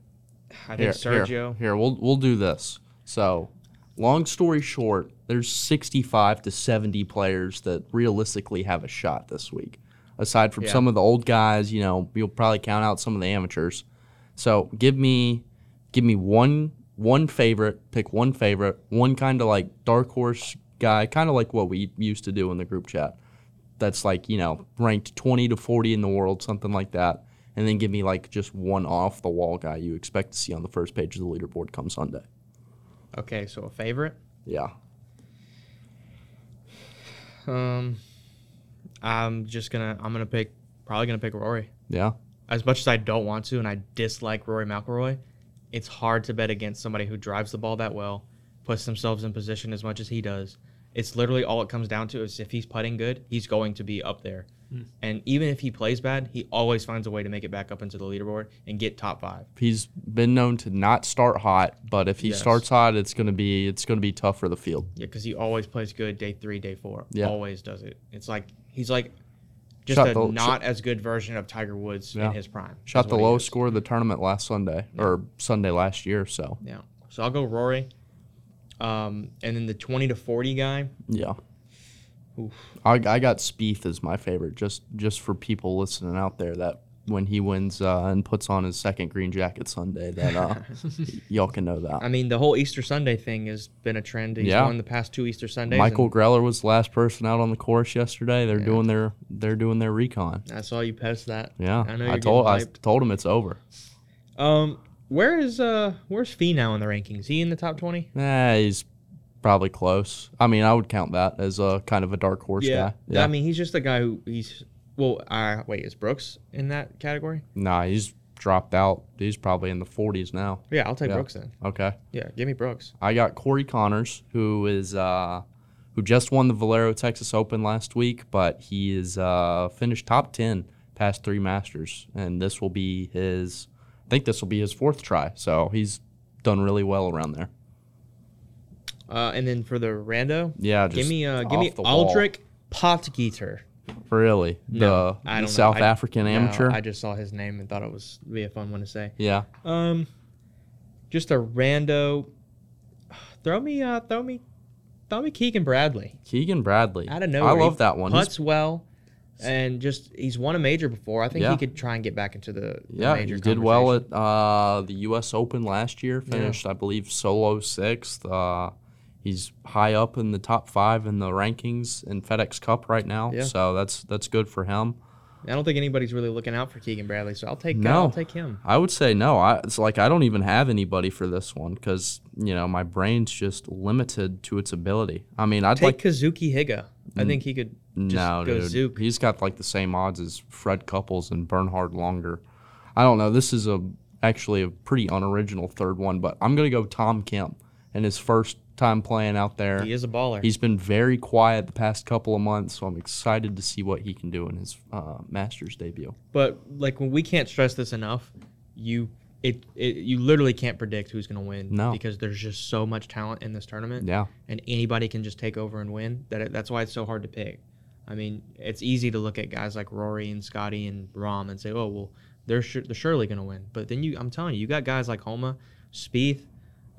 I think Sergio.
Here, here, we'll we'll do this. So, long story short, there's 65 to 70 players that realistically have a shot this week. Aside from
Yeah.
some of the old guys, you know, you'll probably count out some of the amateurs. So, give me give me one one favorite, pick one favorite, one kind of like dark horse guy, kind of like what we used to do in the group chat. That's like, you know, ranked 20 to 40 in the world, something like that. And then give me like just one off the wall guy you expect to see on the first page of the leaderboard come Sunday.
Okay, so a favorite.
Yeah.
Um, I'm just gonna I'm gonna pick probably gonna pick Rory.
Yeah.
As much as I don't want to, and I dislike Rory McIlroy, it's hard to bet against somebody who drives the ball that well, puts themselves in position as much as he does. It's literally all it comes down to is if he's putting good, he's going to be up there. And even if he plays bad, he always finds a way to make it back up into the leaderboard and get top five.
He's been known to not start hot, but if he
Yes.
starts hot, it's gonna be it's gonna be tough for the field.
Yeah, because he always plays good day three, day four.
Yeah.
Always does it. It's like he's like just
Shot
a
the-
not as good version of Tiger Woods
Yeah.
in his prime. is
Shot the
what he
lowest
is.
score of the tournament last Sunday or Sunday last year, so
Yeah. So I'll go Rory. Um, and then the twenty to forty guy.
yeah.
Oof.
I, I got Spieth as my favorite, just just for people listening out there that when he wins uh, and puts on his second green jacket Sunday, that
<laughs>
uh, y'all can know that.
I mean, the whole Easter Sunday thing has been a trend. He's
Yeah.
won the past two Easter Sundays.
Michael
and
Greller was the last person out on the course yesterday. They're doing their they're doing their recon.
I saw you post that.
Yeah,
I know you're
told I
getting
told him it's over.
Um, where is uh where's Fee now in the rankings? He in the top twenty?
Nah, he's probably close. I mean, I would count that as a kind of a dark horse guy.
I mean, he's just the guy who he's. Well, uh, wait, is Brooks in that category?
nah, he's dropped out. He's probably in the 40s now.
Yeah, I'll take
Yeah.
Brooks then.
Okay.
Yeah, give me Brooks.
I got Corey Connors, who is uh, who just won the Valero Texas Open last week, but he is uh, finished top ten past three Masters, and this will be his. I think this will be his fourth try, so he's done really well around there.
Uh, and then for the rando,
Yeah, just
give me uh, give me
off the wall.
Aldrich Potgeeter.
Really,
No,
the, the
I don't know.
South
I-
African amateur.
I just saw his name and thought it was be a fun one to say.
yeah,
Um, just a rando. <sighs> Throw me, uh, throw me, throw me Keegan Bradley.
Keegan Bradley.
Out of nowhere,
I
he
love that one. He's-
Putts well, and just he's won a major before. I think
Yeah.
he could try and get back into the, the
yeah,
major
he did well
conversation.
at uh, the U.S. Open last year. Finished, I believe, solo sixth. Uh, he's high up in the top five in the rankings in FedEx Cup right now.
Yeah.
So that's that's good for him.
I don't think anybody's really looking out for Keegan Bradley, so I'll take
No.
I'll take him.
I would say no. I, it's like I don't even have anybody for this one because you know my brain's just limited to its ability. I mean, I'd
Take
like Mm.
Kazuki Higa. I think he could just
no,
go
dude.
Zook.
He's got like the same odds as Fred Couples and Bernhard Longer. I don't know. This is a actually a pretty unoriginal third one, but I'm gonna go Tom Kemp and his first time playing out there.
He is a baller.
He's been very quiet the past couple of months, so I'm excited to see what he can do in his uh, Masters debut.
but like when we can't stress this enough, you it, it you literally can't predict who's going to win
No.
because there's just so much talent in this tournament.
Yeah,
and anybody can just take over and win. That that's why it's so hard to pick. I mean, it's easy to look at guys like Rory and Scotty and Rom and say, "Oh, well, they're sure, they're surely going to win." But then you, I'm telling you, you got guys like Homa, Spieth,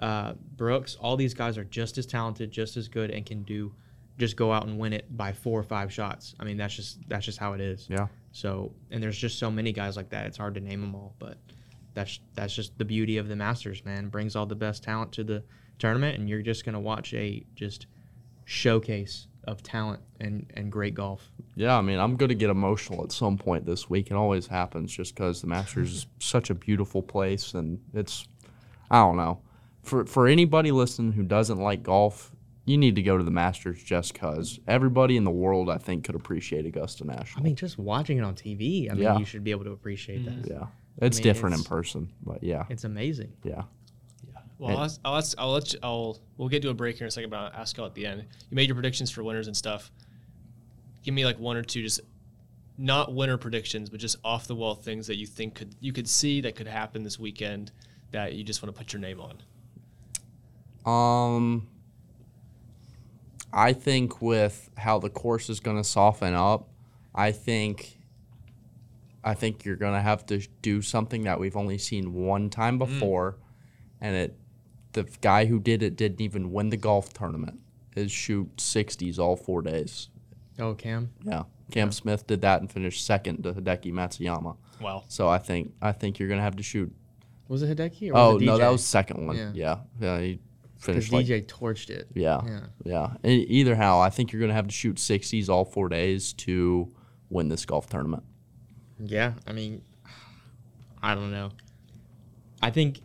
uh, Brooks. All these guys are just as talented, just as good, and can do just go out and win it by four or five shots. I mean, that's just that's just how it is.
yeah.
So, and there's just so many guys like that. It's hard to name them all, but that's that's just the beauty of the Masters, man. Brings all the best talent to the tournament, and you're just gonna watch a just showcase of talent and and great golf.
Yeah, I mean, I'm going to get emotional at some point this week. It always happens just because the Masters
<laughs>
is such a beautiful place. And it's, I don't know. For, for anybody listening who doesn't like golf, you need to go to the Masters just because everybody in the world, I think, could appreciate Augusta
I
National.
mean, just watching it on TV, I mean,
Yeah. Mm-hmm.
you should be able to appreciate that.
Yeah. It's
mean,
different in
it's-
person, but yeah.
It's amazing.
Yeah.
Well, I'll, ask- I'll, ask- I'll let you, I'll we'll get to a break here in a second, but I'll ask y'all at the end. You made your predictions for winners and stuff. Give me like one or two, just not winner predictions, but just off the wall things that you think could you could see that could happen this weekend that you just want to put your name on.
Um, I think with how the course is going to soften up, I think, I think you're going to have to do something that we've only seen one time before, and it, the guy who did it didn't even win the golf tournament. Is shoot sixties all four days.
Oh, Cam.
Yeah, Cam Smith did that and finished second to Hideki Matsuyama.
Wow.
So I think I think you're going to have to shoot.
Was it Hideki? Or
Oh
was it
no,
DJ?
that was second one.
Yeah.
Yeah, yeah, he
because
finished like
DJ torched it.
yeah.
Yeah.
Yeah. E- Either how, I think you're going to have to shoot 60s all four days to win this golf tournament.
Yeah, I mean, <sighs> I don't know. I think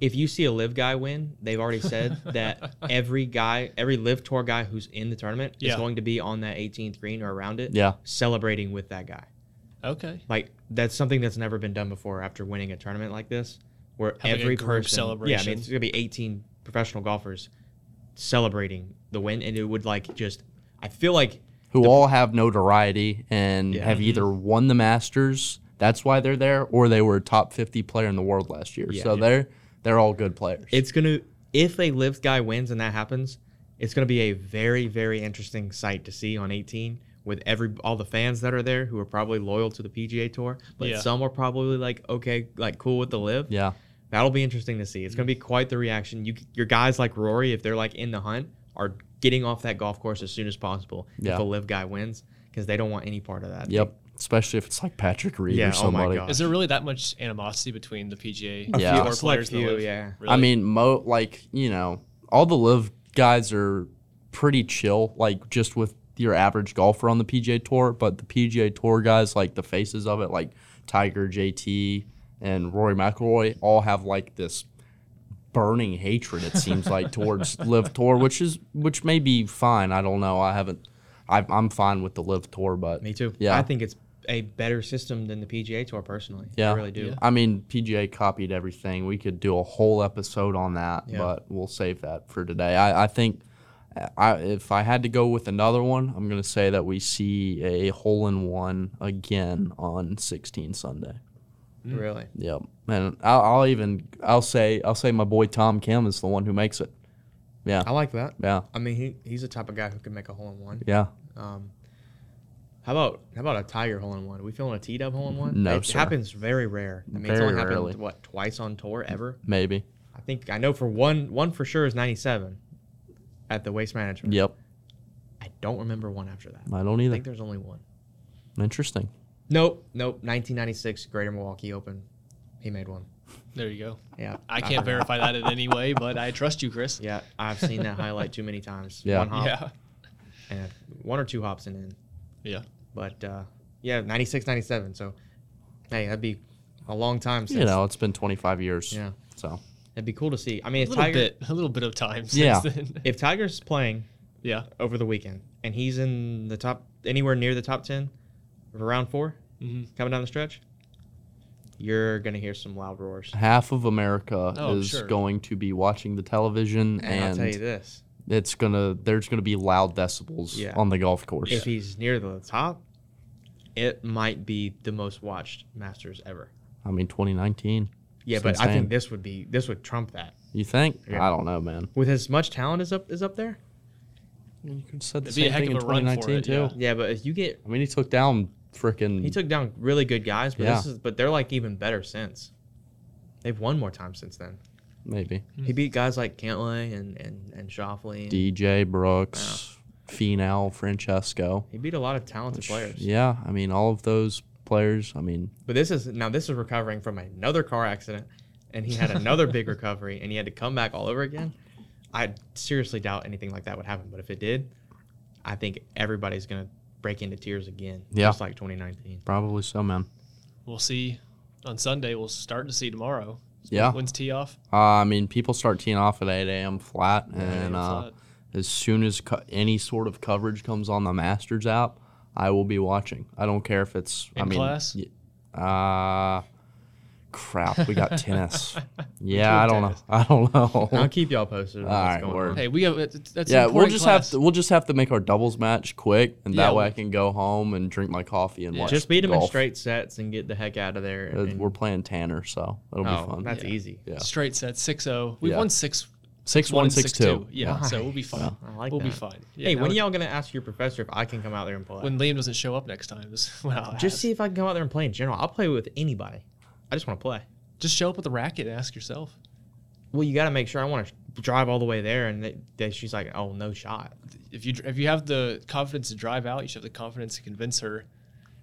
if you see a live guy win, they've
<laughs>
already said that every guy, every live tour guy who's in the tournament is
Yeah.
going to be on that 18th green or around it,
Yeah.
celebrating with that guy.
Okay.
Like that's something that's never been done before after winning a tournament like this, where
Having a
every
group
person, yeah, I
celebration.
mean, it's gonna be 18 professional golfers celebrating the win, and it would like just, I feel like
Who
The-
all have notoriety and
Yeah.
have either won the Masters, that's why they're there, or they were a top 50 player in the world last year.
Yeah.
so they're they're all good players.
It's gonna if a lift guy wins and that happens, it's gonna be a very very interesting sight to see on 18 with every all the fans that are there who are probably loyal to the PGA Tour, but
Yeah.
some are probably like okay, like cool with the live.
yeah.
That'll be interesting to see. It's gonna be quite the reaction. You your guys like Rory, if they're like in the hunt, are getting off that golf course as soon as possible
Yeah.
if a live guy wins because they don't want any part of that.
Yep. Especially if it's like Patrick Reed or
Yeah, oh my
somebody.
God.
Is there really that much animosity between the PGA
A
Yeah.
few,
tour
a select
players? and the
few,
Live?
yeah.
Really?
I mean, mo like you know, all the live guys are pretty chill, like just with your average golfer on the PGA Tour. But the PGA Tour guys, like the faces of it, like Tiger, JT, and Rory McIlroy, all have like this burning hatred. It seems like towards live tour, which is which may be fine. I don't know. I haven't. I, I'm fine with the live tour, but
Me too.
Yeah.
I think it's a better system than the PGA Tour personally.
Yeah.
I really do.
I mean, PGA copied everything. We could do a whole episode on that,
Yeah.
but we'll save that for today. I, I think I, if I had to go with another one, I'm going to say that we see a hole in one again on 16 Sunday.
Really.
Yep. And I'll, I'll even I'll say I'll say my boy Tom Kim is the one who makes it.
I like that.
Yeah.
I mean, he, he's the type of guy who can make a hole in one.
Yeah.
Um, how about how about a Tiger hole in one? Are we feeling a T Dub hole in one?
No,
it
sir.
happens very rare. I mean, it's
Very
only happened
rarely.
what twice on tour ever.
Maybe.
I think I know for one one for sure is '97 at the Waste Management.
Yep.
I don't remember one after that.
I don't
I
either.
think there's only one.
Interesting.
Nope, nope. 1996 Greater Milwaukee Open. He made one.
there you go.
Yeah,
I can't
forgot.
verify that in any way, but I trust you, Chris.
Yeah, I've seen that highlight too many times.
Yeah.
One hop
Yeah.
and one or two hops and in.
Yeah.
But uh, yeah, 96, 97. So, hey, that'd be a long time since.
You know, it's been 25 years.
Yeah.
So,
It'd be cool to see. I mean,
A
if
little
Tiger,
bit. A little bit of time since
Yeah.
then. <laughs>
if Tiger's playing
yeah.
over the weekend and he's in the top, anywhere near the top 10 of round four
hmm
coming down the stretch, you're going to hear some loud roars.
half of America
Oh,
is
sure.
going to be watching the television
And, I'll
and,
tell you this
it's gonna there's gonna be loud decibels
Yeah.
on the golf course.
if he's near the top, it might be the most watched Masters ever.
I mean 2019.
Yeah,
It's
but I
insane.
think this would be this would trump that.
You think?
Yeah.
I don't know, man.
With as much talent as up is up there.
You could have said the
It'd be a
same
heck
thing in
of a run for
2019
it,
too.
yeah.
Yeah, but if you get
I mean, he took down frickin'
He took down really good guys, but this
Hmm. Yeah.
is but they're like even better since. They've won more times since then.
maybe
He beat guys like Cantley and and and Shoffley.
DJ Brooks, Finau, Francesco.
He beat a lot of talented players.
Yeah, I mean all of those players. I mean,
But this is now this is recovering from another car accident, and he had another
<laughs>
big recovery, and he had to come back all over again. I seriously doubt anything like that would happen, but if it did, I think everybody's gonna break into tears again.
Yeah.
just like 2019.
probably so, man.
We'll see on Sunday. We'll start to see tomorrow.
Yeah,
When's tee off?
uh, I mean people start teeing off at 8 a.m. flat, and
Yeah,
uh,
it's, uh,
as soon as co- any sort of coverage comes on the Masters app, I will be watching. I don't care if it's I
In
mean,
class?
y- Uh, crap, we
<laughs>
got tennis. Yeah, I don't
tennis.
know. I don't know.
I'll keep y'all posted. on
All
what's
right,
going
word.
on.
Hey, we have that's- that's
<laughs> yeah, we'll
important
just have
class.
to, we'll just have to make our doubles match quick, and
Yeah,
that way
we-
I can go home and drink my coffee and watch.
Just beat him in
golf.
straight sets and get the heck out of there.
Uh,
and-
We're playing Tanner, so it'll
oh,
be fun.
that's
Yeah.
easy.
Yeah.
straight set 6-0. oh. We've
Yeah.
won six
Six one six two.
Yeah, so we'll be fine.
I like
we'll be
that.
fine. Yeah,
hey,
now
when
it-
y'all gonna ask your professor if I can come out there and play?
when Liam doesn't show up next time is <laughs> when I'll
just
ask.
see if I can come out there and play in general. I'll play with anybody. I just want to play.
just show up with a racket and ask yourself.
Well, you got to make sure I want to drive all the way there, and they, they, she's like, "Oh, no shot."
If you if you have the confidence to drive out, you should have the confidence to convince her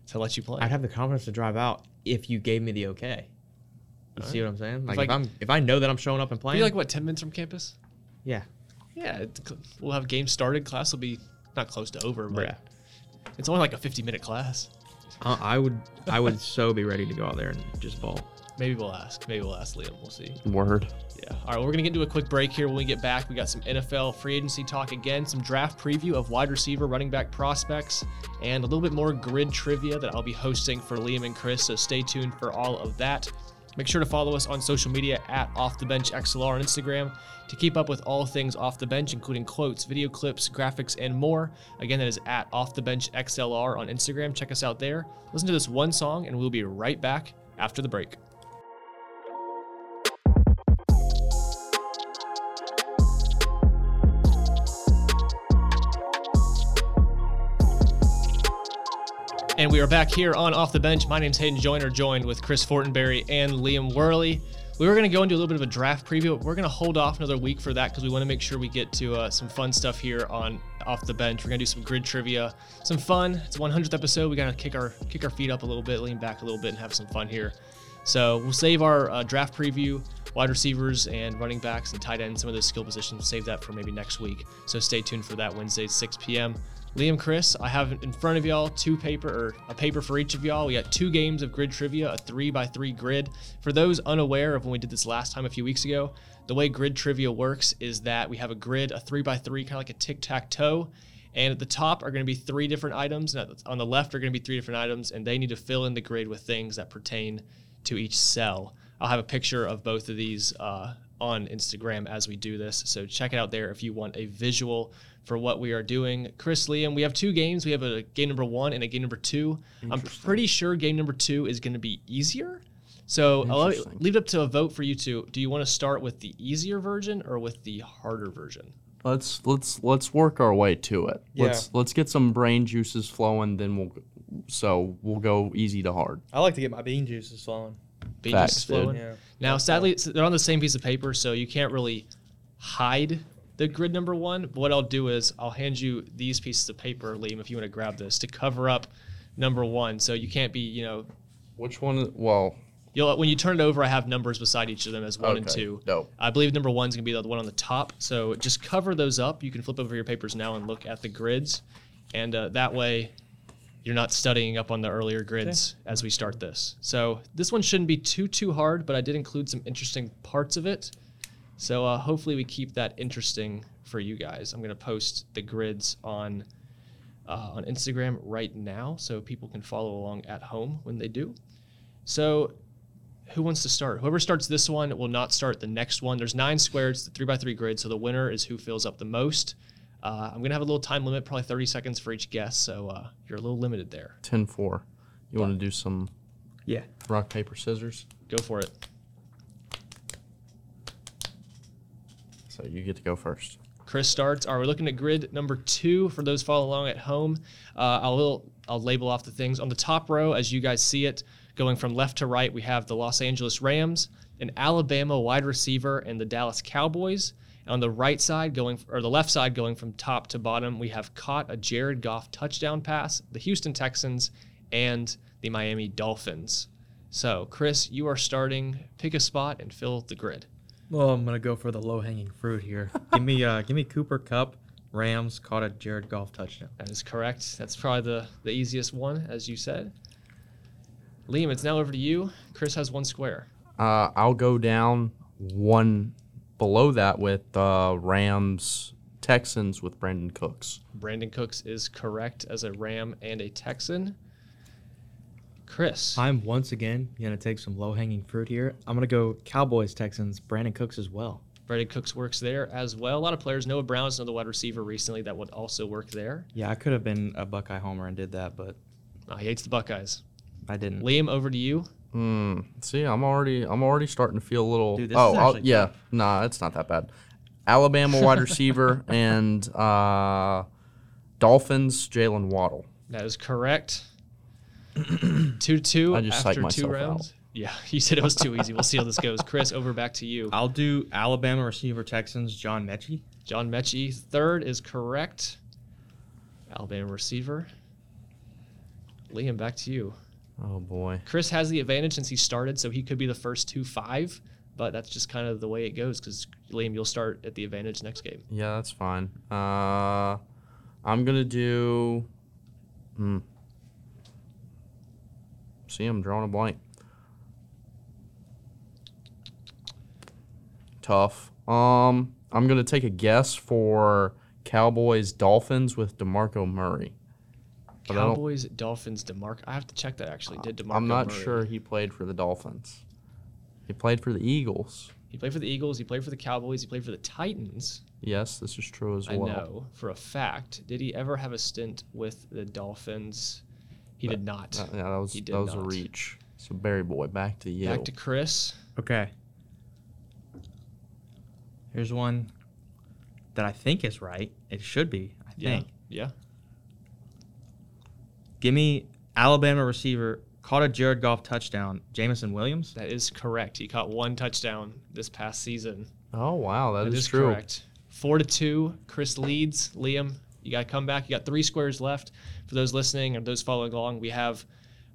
to let you play.
I'd have the confidence to drive out if you gave me the okay. You see what I'm saying? Like if,
I-
I'm if I know that I'm showing up and
Are
playing,
you like what ten minutes from campus?
yeah,
Yeah, it, we'll have games started. Class will be not close to over, but
bruh.
it's only like a fifty minute class.
I, I would I would so be ready to go out there and just ball.
Maybe we'll ask. Maybe we'll ask Liam. We'll see.
Word.
Yeah. All right, we're going to get into a quick break here. When we get back, we got some NFL free agency talk again, some draft preview of wide receiver, running back prospects, and a little bit more grid trivia that I'll be hosting for Liam and Chris. So stay tuned for all of that. Make sure to follow us on social media at Off the Bench XLR on Instagram to keep up with all things off the bench, including quotes, video clips, graphics, and more. Again, that is at Off the Bench XLR on Instagram. Check us out there. Listen to this one song, and we'll be right back after the break. And we are back here on Off the Bench. My name's Hayden Joyner, joined with Chris Fortenberry and Liam Worley. We were going to go into a little bit of a draft preview. But we're going to hold off another week for that because we want to make sure we get to uh, some fun stuff here on Off the Bench. We're going to do some grid trivia, some fun. It's the 100th episode. We got to kick our kick our feet up a little bit, lean back a little bit, and have some fun here. So we'll save our uh, draft preview, wide receivers and running backs and tight ends, some of those skill positions. We'll save that for maybe next week. So stay tuned for that Wednesday, 6 p.m. Liam, Chris, I have in front of y'all two paper or a paper for each of y'all. We got two games of grid trivia, a three by three grid. For those unaware of when we did this last time a few weeks ago, the way grid trivia works is that we have a grid, a three by three, kind of like a tic tac toe. And at the top are going to be three different items. And at the- on the left are going to be three different items. And they need to fill in the grid with things that pertain to each cell. I'll have a picture of both of these uh, on Instagram as we do this. So check it out there if you want a visual for what we are doing. Chris Liam, we have two games. We have a game number one and a game number two. I'm pretty sure game number two is going to be easier. So I'll
Interesting.
leave it up to a vote for you two. Do you want to start with the easier version or with the harder version?
Let's let's let's work our way to it. Let's let's get some brain juices flowing. Then we'll so we'll go easy to hard.
I like to get my bean juices flowing.
Bean
Facts,
juice is
dude.
flowing?
Yeah.
Now, sadly, it's- they're on the same piece of paper, so you can't really hide the grid number one. But what I'll do is I'll hand you these pieces of paper, Liam, if you want to grab this to cover up number one. So you can't be, you know,
Which one? Well,
you'll when you turn it over, I have numbers beside each of them as one and
Okay,
two.
dope.
I believe number one's gonna be the one on the top. So just cover those up. You can flip over your papers now and look at the grids, and uh, that way. You're not studying up on the earlier grids as we start this. So this one shouldn't be too too hard, but I did include some interesting parts of it. So uh, hopefully we keep that interesting for you guys. I'm gonna post the grids on uh, on Instagram right now, so people can follow along at home when they do. So, who wants to start? Whoever starts this one will not start the next one. There's nine squares, the three by three grid. So the winner is who fills up the most. Uh, I'm gonna have a little time limit, probably 30 seconds for each guess. So uh, you're a little limited there.
10-4. You want to do some
Yeah.
rock paper scissors?
Go for it,
So you get to go first.
Chris. Starts. Are we looking at grid number two for those following along at home? Uh, I'll I'll label off the things on the top row as you guys see it. Going from left to right, we have the Los Angeles Rams, an Alabama wide receiver, and the Dallas Cowboys. On the right side, going or the left side, going from top to bottom, we have caught a Jared Goff touchdown pass, the Houston Texans, and the Miami Dolphins. So, Chris, you are starting. Pick a spot and fill the grid.
Well, I'm gonna go for the low hanging fruit here. give me uh, give me Cooper Cup. Rams caught a Jared Goff touchdown.
That is correct. That's probably the, the easiest one, as you said. Liam, it's now over to you. Chris has one square.
Uh, I'll go down one below that with uh, Rams Texans with Brandon Cooks.
Brandon Cooks is correct as a Ram and a Texan. Chris,
I'm once again gonna take some low hanging fruit here. I'm gonna go Cowboys Texans. Brandon Cooks as well.
Brandon Cooks works there as well. A lot of players. Noah Brown's another wide receiver recently that would also work there.
Yeah, I could have been a Buckeye homer and did that, but
Uh, he hates the Buckeyes.
I
Mm.
didn't.
Liam, over to you.
Hmm. See, I'm already I'm already starting to feel a little.
Dude, this
oh,
is
I'll-
actually
yeah. Nah, it's not that bad. Alabama wide
<laughs>
receiver and uh, Dolphins Jalen Waddle.
That is
<clears throat>
correct. two two
I just psyched
after two
myself out.
rounds. Yeah, <laughs> you said it was too easy. We'll see how this goes. Chris, over back to you.
I'll do Alabama receiver Texans John Mechie.
John Mechie, third is correct. Alabama receiver. Liam, back to you.
Oh boy.
Chris has the advantage since he started, so he could be the first two five, but that's just kind of the way it goes because Liam, you'll start at the advantage next game.
Yeah, that's fine. Uh, I'm gonna do. Hmm. See, I'm drawing a blank. Tough. Um, I'm gonna take a guess for Cowboys Dolphins with Demarco Murray. But I don't-
Cowboys, Dolphins, Demarco. I have to check that actually. Did Demarco?
I'm not
Murray-
sure he played for the Dolphins. He played for the Eagles.
He played for the Eagles. He played for the Cowboys. He played for the Titans.
Yes, this is true as
I
well.
know for a fact. Did he ever have a stint with the Dolphins? He did not.
Uh, yeah, that was
He did
that was a
not.
reach. So Barry boy, back to you.
Back to Chris.
Okay. Here's one that I think is right. It should be. I
Yeah.
think.
Yeah.
Give me Alabama receiver caught a Jared Goff touchdown. Jamison Williams.
That is correct. He caught one touchdown this past season.
Oh wow, that
That
is,
is,
true.
correct. Four to two. Chris leads. Liam, you got to come back. You got three squares left. For those listening and those following along, we have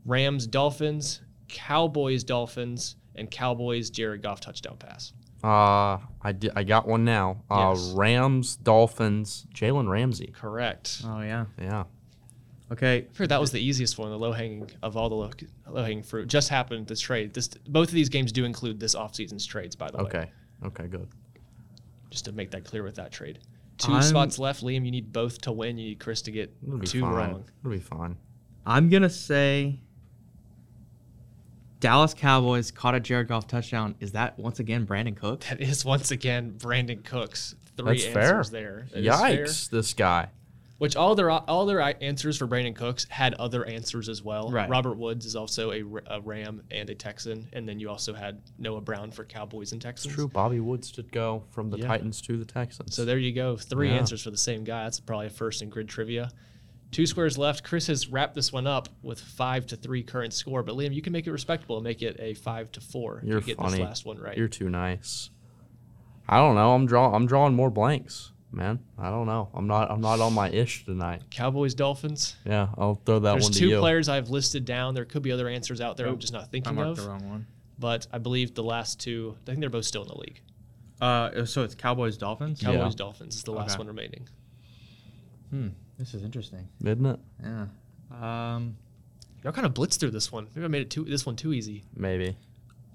Rams, Dolphins, Cowboys, Dolphins, and Cowboys, Jared Goff touchdown pass.
Uh I did, I got one now. Uh
Yes.
Rams, Dolphins, Jalen Ramsey.
Correct.
Uh,
Oh yeah.
Yeah.
Okay.
I figured that was the easiest one, the low hanging of all the low, low hanging fruit. Just happened this trade. This both of these games do include this offseason's trades, by the way.
Okay. Okay, good.
Just to make that clear with that trade. 2
I'm-
spots left, Liam. You need both to win. You need Chris to get
It'll be
two
fine.
wrong. <laughs>
It'll be fine.
I'm gonna say Dallas Cowboys caught a Jared Goff touchdown. Is that once again Brandon Cooks?
That is once again Brandon Cooks. Three
That's fair.
answers there. That is fair.
Yikes, this guy.
Which all their all their answers for Brandon Cooks had other answers as well.
Right.
Robert Woods is also a, R- a Ram and a Texan, and then you also had Noah Brown for Cowboys and
It's
Texans.
true. Bobby Woods did go from the
Yeah.
Titans to the Texans.
So there you go. Three
Yeah.
answers for the same guy. That's probably a first in grid trivia. Two squares left. Chris has wrapped this one up with five to three current score. But Liam, you can make it respectable and make it a five to four. if
You're
you get
funny.
this last one right.
You're too nice. I don't know. I'm draw I'm drawing more blanks, man. I don't know. I'm not I'm not on my ish tonight.
Cowboys, Dolphins.
Yeah, I'll throw that
There's
one to
two
you.
players I've listed down. There could be other answers out there. I'm
Oop,
just not
I
thinking
marked
of.
the wrong one.
But I believe the last two. I think they're both still in the league.
Uh, so it's Cowboys Dolphins.
Yeah.
Cowboys, Dolphins is the last
Okay.
one remaining.
Hmm. This is interesting.
Isn't it?
Yeah. Um,
Y'all kind of blitzed through this one. Maybe I made it too this one too easy.
Maybe.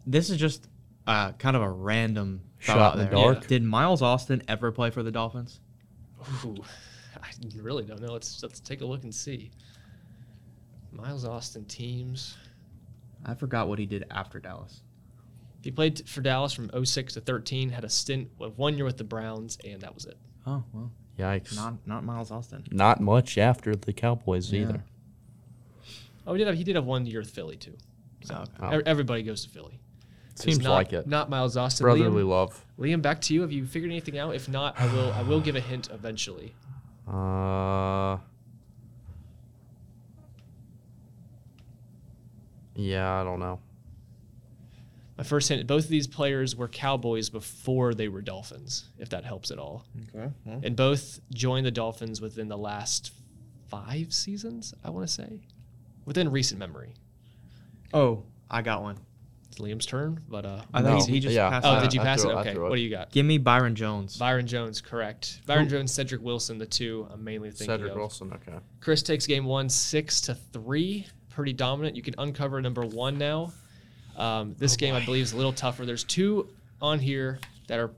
this is just uh, kind of a random
Shot
thought
in the
there.
dark.
Did Miles Austin ever play for the Dolphins?
Ooh, <laughs> I really don't know. Let's let's take a look and see. Miles Austin teams.
I forgot what he did after Dallas.
He played for Dallas from 06 to 13, had a stint of one year with the Browns, and that was it.
Oh well,
Yikes. Not,
not not Miles Austin.
much after the Cowboys
Yeah.
either.
Oh, he did have he did have one year with Philly too. So
Oh.
ev- everybody goes to Philly. It's
Seems
not-
like it.
Not Miles Austin.
Brotherly
Liam,
love.
Liam, back to you. Have you figured anything out? If not, I will I will give a hint eventually.
Uh, yeah, I don't know.
My first hint: both of these players were Cowboys before they were Dolphins, if that helps at all.
Okay. Well,
and both joined the Dolphins within the last five seasons. I want to say, within recent memory.
Oh, I got one.
It's Liam's turn, but uh,
I
No.
thought he just
Yeah.
passed.
oh,
it
did you
I
pass
threw
it?
it- I
Okay,
threw it.
what do you got?
Give me Byron Jones.
Byron Jones, correct. Byron Jones, Cedric Wilson, the two I'm mainly thinking
Cedric
of.
Wilson. Okay.
Chris takes game one, six to three, pretty dominant. You can uncover number one now. Um,
Oh,
this game, I believe, is a little tougher. There's two on here that are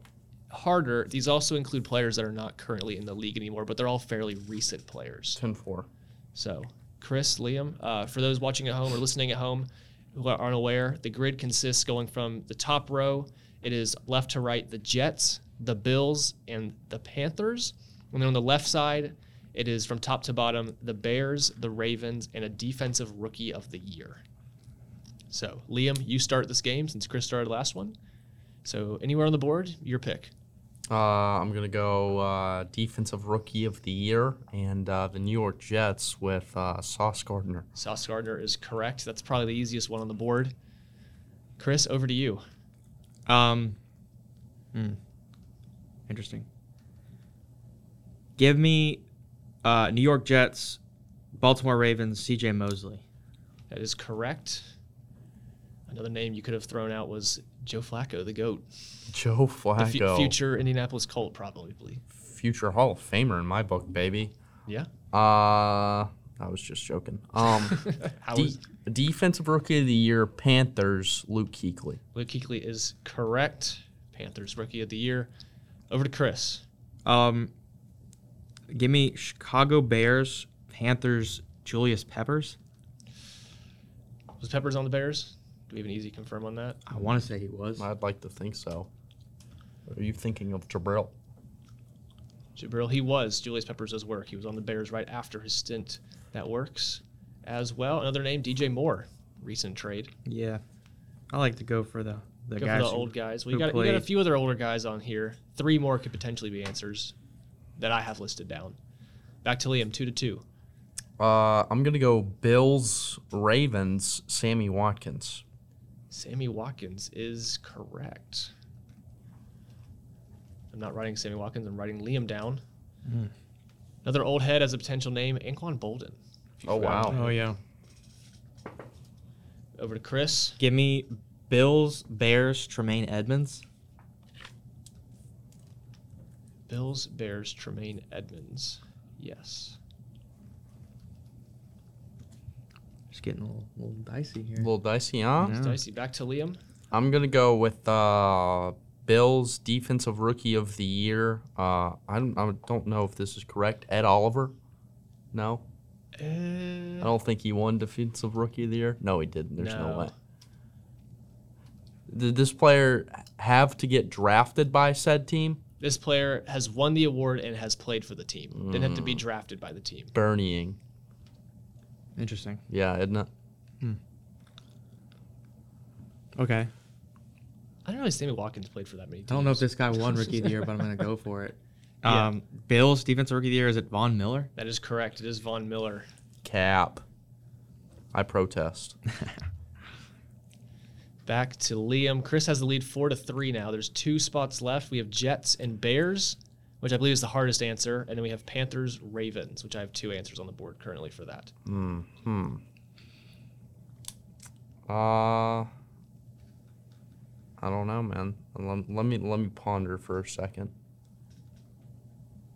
harder. These also include players that are not currently in the league anymore, but they're all fairly recent players.
10 4.
So, Chris, Liam, uh, for those watching at home or listening at home who are unaware, the grid consists going from the top row, it is left to right the Jets, the Bills, and the Panthers. And then on the left side, it is from top to bottom the Bears, the Ravens, and a defensive rookie of the year. So, Liam, you start this game since Chris started last one. So, anywhere on the board, your pick.
Uh, I'm gonna go uh, defensive rookie of the year and uh, the New York Jets with uh, Sauce Gardner. <laughs>
Sauce Gardner is correct. That's probably the easiest one on the board. Chris, over to you.
Um, hmm. Interesting. Give me uh, New York Jets, Baltimore Ravens, CJ Mosley.
That is correct. Another name you could have thrown out was Joe Flacco, the GOAT.
Joe
The
Flacco,
fu- future Indianapolis Colt, probably.
future Hall of Famer in my book, baby.
Yeah.
Uh, I was just joking.
<laughs>
Um,
How
de-
is
defensive rookie of the year, Panthers, Luke Kuechly.
Luke Kuechly is correct. Panthers Rookie of the Year. Over to Chris.
Um, give me Chicago Bears, Panthers, Julius Peppers.
Was Peppers on the Bears? Do we have an easy confirm on that?
I want to say he was.
I'd like to think so. Are you thinking of Jabril?
Jabril, he was. Julius Peppers does work. He was on the Bears right after his stint. That works as well. Another name, DJ Moore. Recent trade.
Yeah, I like to go for the the
Go for
guys.
the
who-
old <laughs> guys. We
who
got, we got a
played.
few other older guys on here. Three more could potentially be answers that I have listed down. Back to Liam, two to two.
Uh, I'm gonna go Bills, Ravens, Sammy Watkins.
Sammy Watkins is correct. I'm not writing Sammy Watkins, I'm writing Liam down.
Hmm.
Another old head as a potential name, Anquan Bolden. If you
Oh,
forgot.
wow.
Oh yeah.
Over to Chris.
Give me Bills, Bears, Tremaine Edmonds.
Bills, Bears, Tremaine Edmonds. Yes.
Just getting a little, little dicey
A
here.
little dicey, huh?
It's
Yeah.
dicey. Back to Liam.
I'm gonna go with uh, Bills defensive rookie of the year. Uh, I don't, I don't know if this is correct. Ed Oliver. No, I
Uh,
don't think he won defensive rookie of the year. No, he didn't. There's no,
No.
way. Did this player have to get drafted by said team?
this player has won the award and has played for the team. Didn't have to
Mm.
be drafted by the team.
Bernieing.
Interesting.
Yeah, isn't it?
Okay.
I don't really Sammy Watkins played for that many teams.
I don't know if this guy won Rookie of the Year, but I'm gonna go for it.
Yeah.
<laughs> Um, Bills defensive Rookie of the Year is it Von Miller?
That is correct. It is Von Miller.
Cap. I protest.
Back to Liam. Chris has the lead four to three now. There's two spots left. We have Jets and Bears, which I believe is the hardest answer, and then we have Panthers Ravens, which I have two answers on the board currently for that.
Hmm. Uh, I don't know, man. Let, let me let me ponder for a second.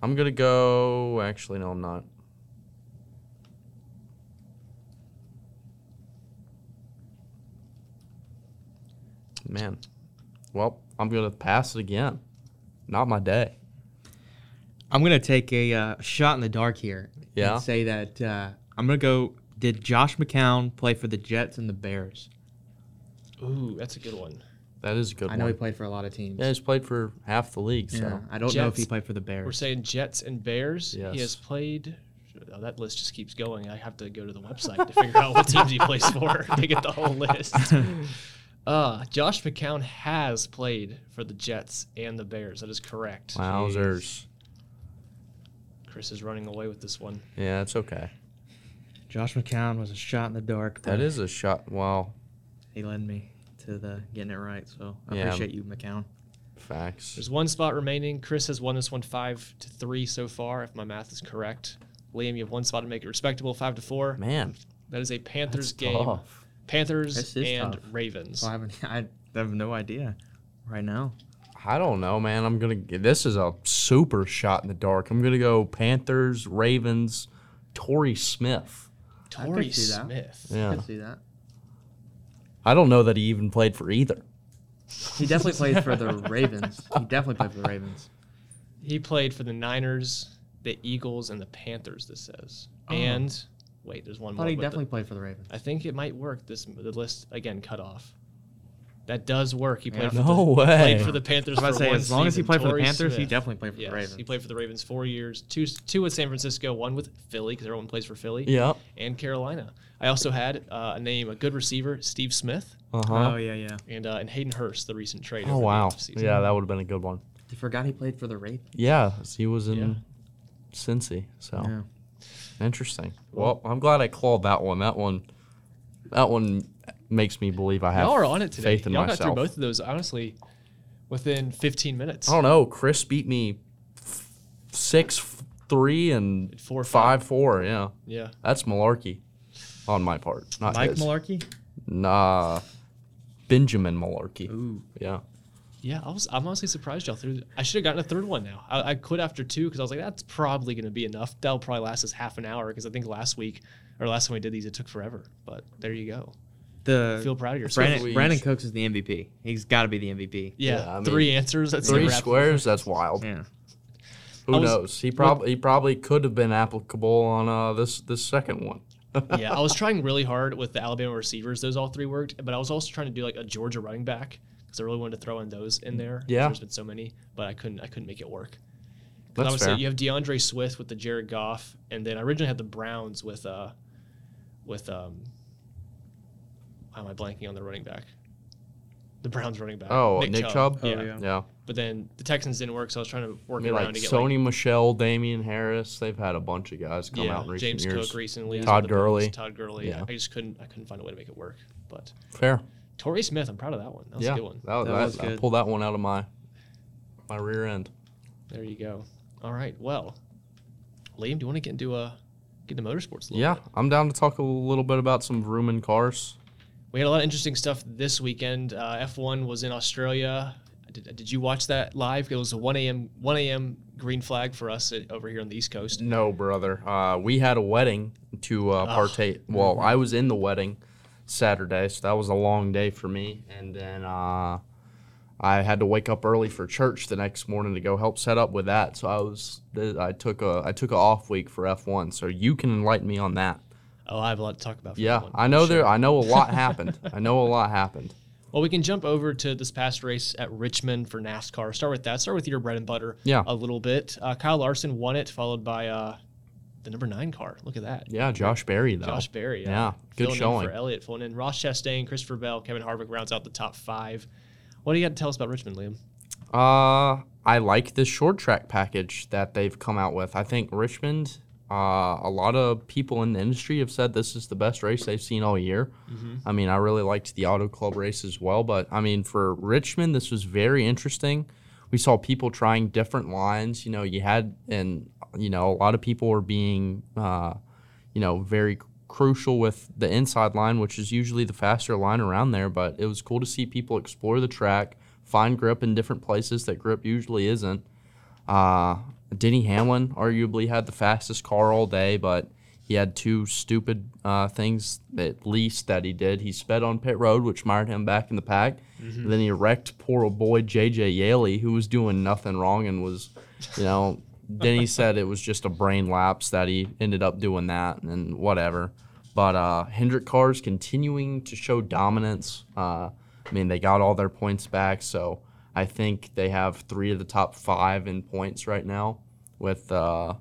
I'm gonna go. Actually, no, I'm not. Man, well, I'm gonna pass it again. Not my day.
I'm gonna take a uh, shot in the dark here. and
Yeah.
say that uh, I'm gonna go. Did Josh McCown play for the Jets and the Bears?
Ooh, that's a good one.
That is a good
I know he
one.
played for a lot of teams.
yeah, he's played for half the league, so.
Yeah, I don't know if he
Jets-
played for the
We're
Bears.
saying Jets and Bears.
Yes.
He has played. Oh, that list just keeps going. I have to go to the website to figure out what teams he
<laughs>
plays for to get the whole list. Uh, Josh McCown has played for the Jets and the Bears. That is correct.
Wowzers.
Chris is running away with this one.
Yeah, it's okay.
Josh McCown was a shot in the dark.
That
but
is a shot. Wow.
He led me to the getting it right. So I
Yeah.
appreciate you, McCown.
Facts.
There's one spot remaining. Chris has won this one five to three so far, if my math is correct. Liam, you have one spot to make it respectable, five to four.
Man,
That is a Panthers
that's
game.
tough.
Panthers
This is
and
tough.
Ravens.
So I haven't. I have no idea right now.
I don't know, man. I'm gonna. g- This is a super shot in the dark. I'm gonna go Panthers, Ravens, Torrey Smith.
I
Torrey
could see that.
Smith.
Yeah.
I can see that.
I don't know that he even played for either.
He definitely played
<laughs>
<laughs>
for the Ravens. He definitely played for the Ravens.
He played for the Niners, the Eagles, and the Panthers, this says. And wait, there's one
I
more.
Oh. thought he
but the-
definitely played for the Ravens.
I think it might work. This the list again cut off. That does work. He played
Yeah.
for
No
the,
way.
played for the Panthers.
I was about to
for
say,
one
as long as he
season.
played for the
Torrey
Panthers, he
Smith.
definitely played for
Yes,
the Ravens.
he played for the Ravens four years, two two with San Francisco, one with Philly because everyone plays for Philly,
Yeah.
and Carolina. I also had uh, a name, a good receiver, Steve Smith,
Uh huh.
Oh yeah, yeah.
and uh, and Hayden Hurst, the recent trade.
Oh
over the
wow.
offseason.
Yeah, that would have been a good one.
I forgot he played for the Ravens.
Yeah, he was in
Yeah.
Cincy. So
Yeah.
interesting. Well, I'm glad I clawed that one. That one, that one makes me believe I have
Y'all are on it today.
faith in
Y'all
myself.
got through both of those honestly within 15 minutes.
I don't know. Chris beat me f- six f- three and
Four,
five four. Yeah,
Yeah.
that's malarkey on my part. Not
Mike
his.
Malarkey.
Nah, Benjamin Malarkey.
Ooh.
Yeah.
Yeah, I was. I'm honestly surprised y'all threw. I should have gotten a third one now. I, I quit after two because I was like, that's probably going to be enough. That'll probably last us half an hour because I think last week or last time we did these, it took forever. But there you go.
The
Feel proud of yourself.
we
Uh, Brandon, Brandon
each-
Cooks is the MVP. He's got to be the MVP.
yeah,
Yeah, I mean,
three answers. That's
Three
never happened.
squares. That's wild.
Yeah.
Who
I was-
knows? He probably he probably could have been applicable on uh, this this second one.
<laughs> yeah, I was trying really hard with the Alabama receivers. Those all three worked, but I was also trying to do like a Georgia running back because I really wanted to throw in those in there. 'cause
Mm, Yeah.
there's been so many, but I couldn't. I couldn't make it work. 'Cause
That's
obviously
fair.
You have DeAndre Swift with the Jared Goff, and then I originally had the Browns with uh, with um. Why am I blanking on the running back? The Browns running back.
Oh, Nick Chubb?
Oh,
Yeah.
yeah.
Yeah,
But then the Texans didn't work, so I was trying to
I
work
mean,
around
like
to get
Sony Michelle, Damian Harris. They've had a bunch of guys
like
come
yeah,
out in recent
James
years.
Cook recently.
Yeah.
with
Todd
the Bills,
Gurley.
Todd Gurley.
Yeah.
I just couldn't. I couldn't find a way to make it work, but.
Fair.
Torrey Smith. I'm proud of that one. That was
yeah,
a good one.
that was,
That
I-
was
I
good.
pulled that one out of my my rear end.
There you go. All right. Well, Liam, do you want to get into uh get into motorsports a little
Yeah,
bit?
I'm down to talk a little bit about some Vrooman cars.
We had a lot of interesting stuff this weekend. Uh, F1 was in Australia. Did, did you watch that live? It was a 1 a.m. 1 a.m. green flag for us at, over here on the East Coast.
No, brother. Uh, we had a wedding to uh, partake. Well, I was in the wedding Saturday, so that was a long day for me. And then uh, I had to wake up early for church the next morning to go help set up with that. So I was th- I took a I took a off week for F one. So you can enlighten me on that.
Oh, I have a lot to talk about. For
Yeah,
that one.
I know there. I know
<laughs>
a lot happened. I know a lot happened.
Well, we can jump over to this past race at Richmond for NASCAR. Start with that. Start with your bread and butter.
Yeah.
A little bit. Uh, Kyle Larson won it, followed by uh, the number nine car. Look at that.
Yeah, Josh Berry though.
Josh Berry. Yeah,
Yeah, good
filling
showing.
in for Elliott. Filling in Ross Chastain, Christopher Bell, Kevin Harvick rounds out the top five. What do you got to tell us about Richmond, Liam?
Uh, I like this short track package that they've come out with. I think Richmond, uh, a lot of people in the industry have said this is the best race they've seen all year. I mean, I really liked the Auto Club race as well, but I mean, for Richmond, this was very interesting. We saw people trying different lines. You know, you had, and, you know, a lot of people were being, uh, you know, very crucial with the inside line, which is usually the faster line around there. But it was cool to see people explore the track, find grip in different places that grip usually isn't. Uh, Denny Hamlin arguably had the fastest car all day, but he had two stupid uh, things at least that he did. He sped on pit road, which mired him back in the pack. And then he wrecked poor old boy JJ Yaley, who was doing nothing wrong and was, you know. then he said it was just a brain lapse that he ended up doing that and whatever. But uh, Hendrick cars continuing to show dominance. Uh, I mean, they got all their points back, so I think they have three of the top five in points right now, with uh,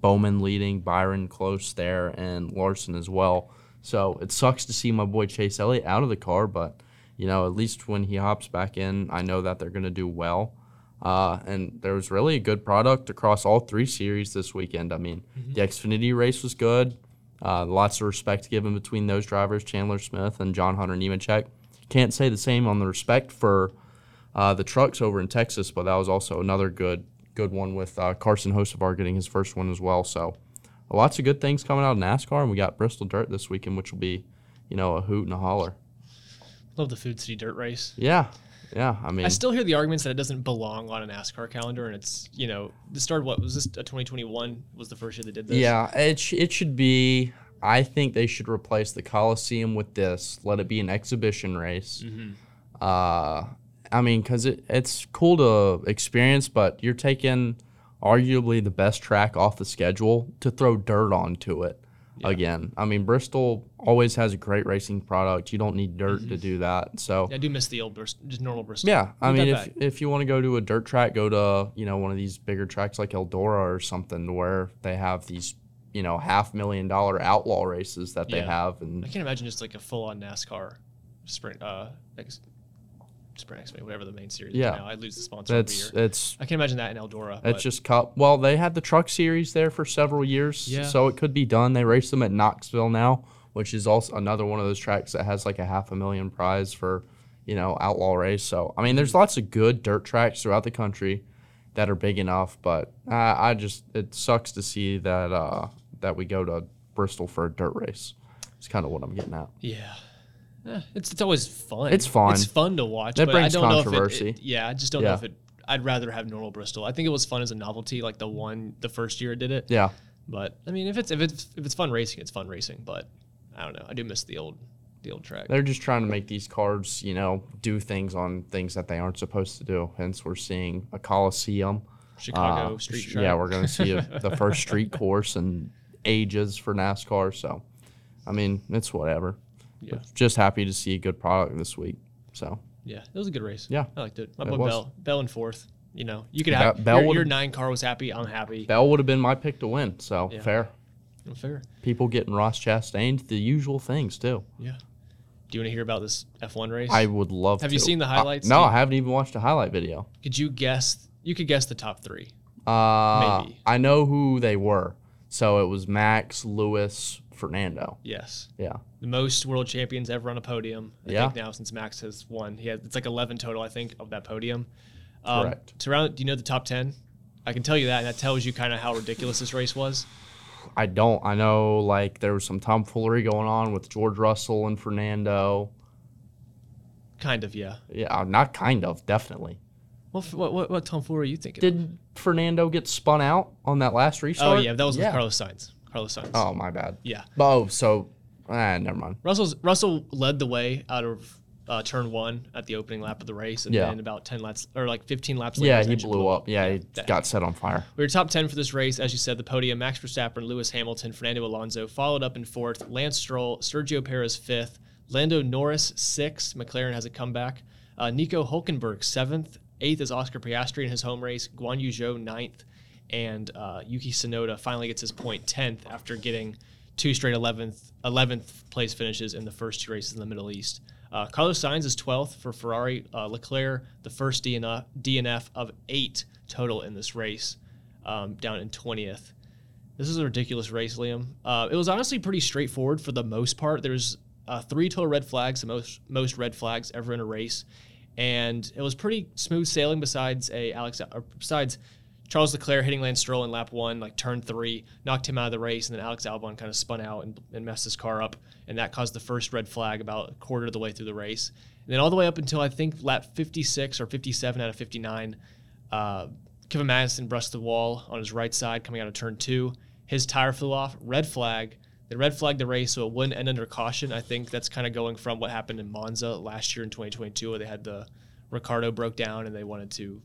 Bowman leading, Byron close there, and Larson as well. So it sucks to see my boy Chase Elliott out of the car, but you know, at least when he hops back in, I know that they're going to do well. Uh, and there was really a good product across all three series this weekend. I mean, the Xfinity race was good. Uh, lots of respect given between those drivers, Chandler Smith and John Hunter Nemechek. Can't say the same on the respect for uh, the trucks over in Texas, but that was also another good good one with uh, Carson Hosevar getting his first one as well. So lots of good things coming out of NASCAR, and we got Bristol Dirt this weekend, which will be, you know, a hoot and a holler.
Love the Food City Dirt Race.
Yeah, yeah. I mean,
I still hear the arguments that it doesn't belong on a NASCAR calendar, and it's you know this started what was this a 2021 was the first year they did this.
yeah, it sh- it should be. I think they should replace the Coliseum with this. Let it be an exhibition race. Uh, I mean, because it, it's cool to experience, but you're taking arguably the best track off the schedule to throw dirt onto it again. I mean, Bristol always has a great racing product. You don't need dirt to do that. So
I do miss the old Brist- just normal Bristol.
yeah, I
Need
mean,
that
if if you want to go to a dirt track, go to you know one of these bigger tracks like Eldora or something, to where they have these you know half million dollar outlaw races that they
Yeah.
have,
I
and
can't imagine just like a full on NASCAR sprint uh, ex- Spring X-Men, whatever the main series
Yeah.
is now. I lose the sponsor
That's
every year.
it's
I can imagine that in Eldora. but-
it's just cup. Well, they had the truck series there for several years,
Yeah.
so it could be done. They race them at Knoxville now, which is also another one of those tracks that has like a half a million prize for, you know, outlaw race. So I mean,
Mm-hmm.
there's lots of good dirt tracks throughout the country that are big enough, but I, I just it sucks to see that uh, that we go to Bristol for a dirt race. It's kind of what I'm getting at.
Yeah. Eh, It's, it's always fun.
It's fun.
It's fun to watch.
That
but
brings
I don't know if it-
controversy.
it- yeah, I just don't know
Yeah.
if it. I'd rather have normal Bristol. I think it was fun as a novelty, like the one the first year I did it.
Yeah,
But I mean, if it's if it's if it's fun racing, it's fun racing. But I don't know. I do miss the old the old track.
they're just trying to make these cards, you know, do things on things that they aren't supposed to do. Hence, we're seeing a coliseum.
Chicago
Uh,
street
sh-
track.
Yeah, we're going to see
<laughs>
a, the first street course in ages for NASCAR. So, I mean, it's whatever.
yeah,
Just happy to see a good product this week. So,
yeah. It was a good race.
Yeah,
I liked it. My
it
boy
was.
Bell Bell in fourth. You know, you could
Be-
have
Bell
your,
would-
your nine car was happy. I'm happy.
Bell would have been my pick to win. So,
Yeah.
fair.
Fair.
People getting Ross Chastain, the usual things too.
Yeah. Do you want to hear about this F1 race?
I would love to.
Have you seen the
I-
highlights?
no,
Do you-
I haven't even watched a highlight video.
could you guess? You could guess the top three.
Uh,
Maybe.
I know who they were. So it was Max, Lewis, Fernando.
Yes.
Yeah.
the most world champions ever on a podium. I
Yeah.
think now since Max has won, he has it's like eleven total, I think, of that podium. Um,
Correct.
To round, do you know the top ten? I can tell you that, and that tells you kind of how ridiculous this race was.
I don't. I know like there was some tomfoolery going on with George Russell and Fernando.
Kind of, yeah.
Yeah, uh, not kind of, definitely.
What f- what what, what tomfoolery are you thinking? of?
Did Fernando get spun out on that last restart?
oh yeah, that was with Carlos Sainz. Carlos Sainz.
Oh my bad.
yeah.
Oh, so ah, never mind.
Russell's Russell led the way out of uh, turn one at the opening lap of the race, and
Yeah.
then about ten laps or like fifteen laps later,
Yeah,
his
he
engine
blew up. Yeah, he
that-
got set on fire.
We were top 10 for this race. As you said, the podium, Max Verstappen, Lewis Hamilton, Fernando Alonso, followed up in fourth, Lance Stroll, Sergio Perez fifth, Lando Norris sixth, McLaren has a comeback, uh, Nico Hulkenberg seventh, eighth is Oscar Piastri in his home race, Guan Yu Zhou ninth, and uh, Yuki Tsunoda finally gets his point 10th after getting two straight 11th, 11th place finishes in the first two races in the Middle East. Uh, Carlos Sainz is 12th for Ferrari. Uh, Leclerc, the first DNF, DNF of eight total in this race um, down in 20th. This is a ridiculous race, Liam. Uh, it was honestly pretty straightforward for the most part. There's uh, three total red flags, the most most red flags ever in a race, and it was pretty smooth sailing. Besides a Alex, or besides Charles Leclerc hitting Lance Stroll in lap one, like turn three, knocked him out of the race, and then Alex Albon kind of spun out and, and messed his car up, and that caused the first red flag about a quarter of the way through the race, and then all the way up until I think lap 56 or 57 out of 59 uh, Kevin Madison brushed the wall on his right side coming out of turn two. His tire flew off, red flag. They red flagged the race so it wouldn't end under caution. I think that's kind of going from what happened in Monza last year in 2022 where they had the Ricardo broke down and they wanted to,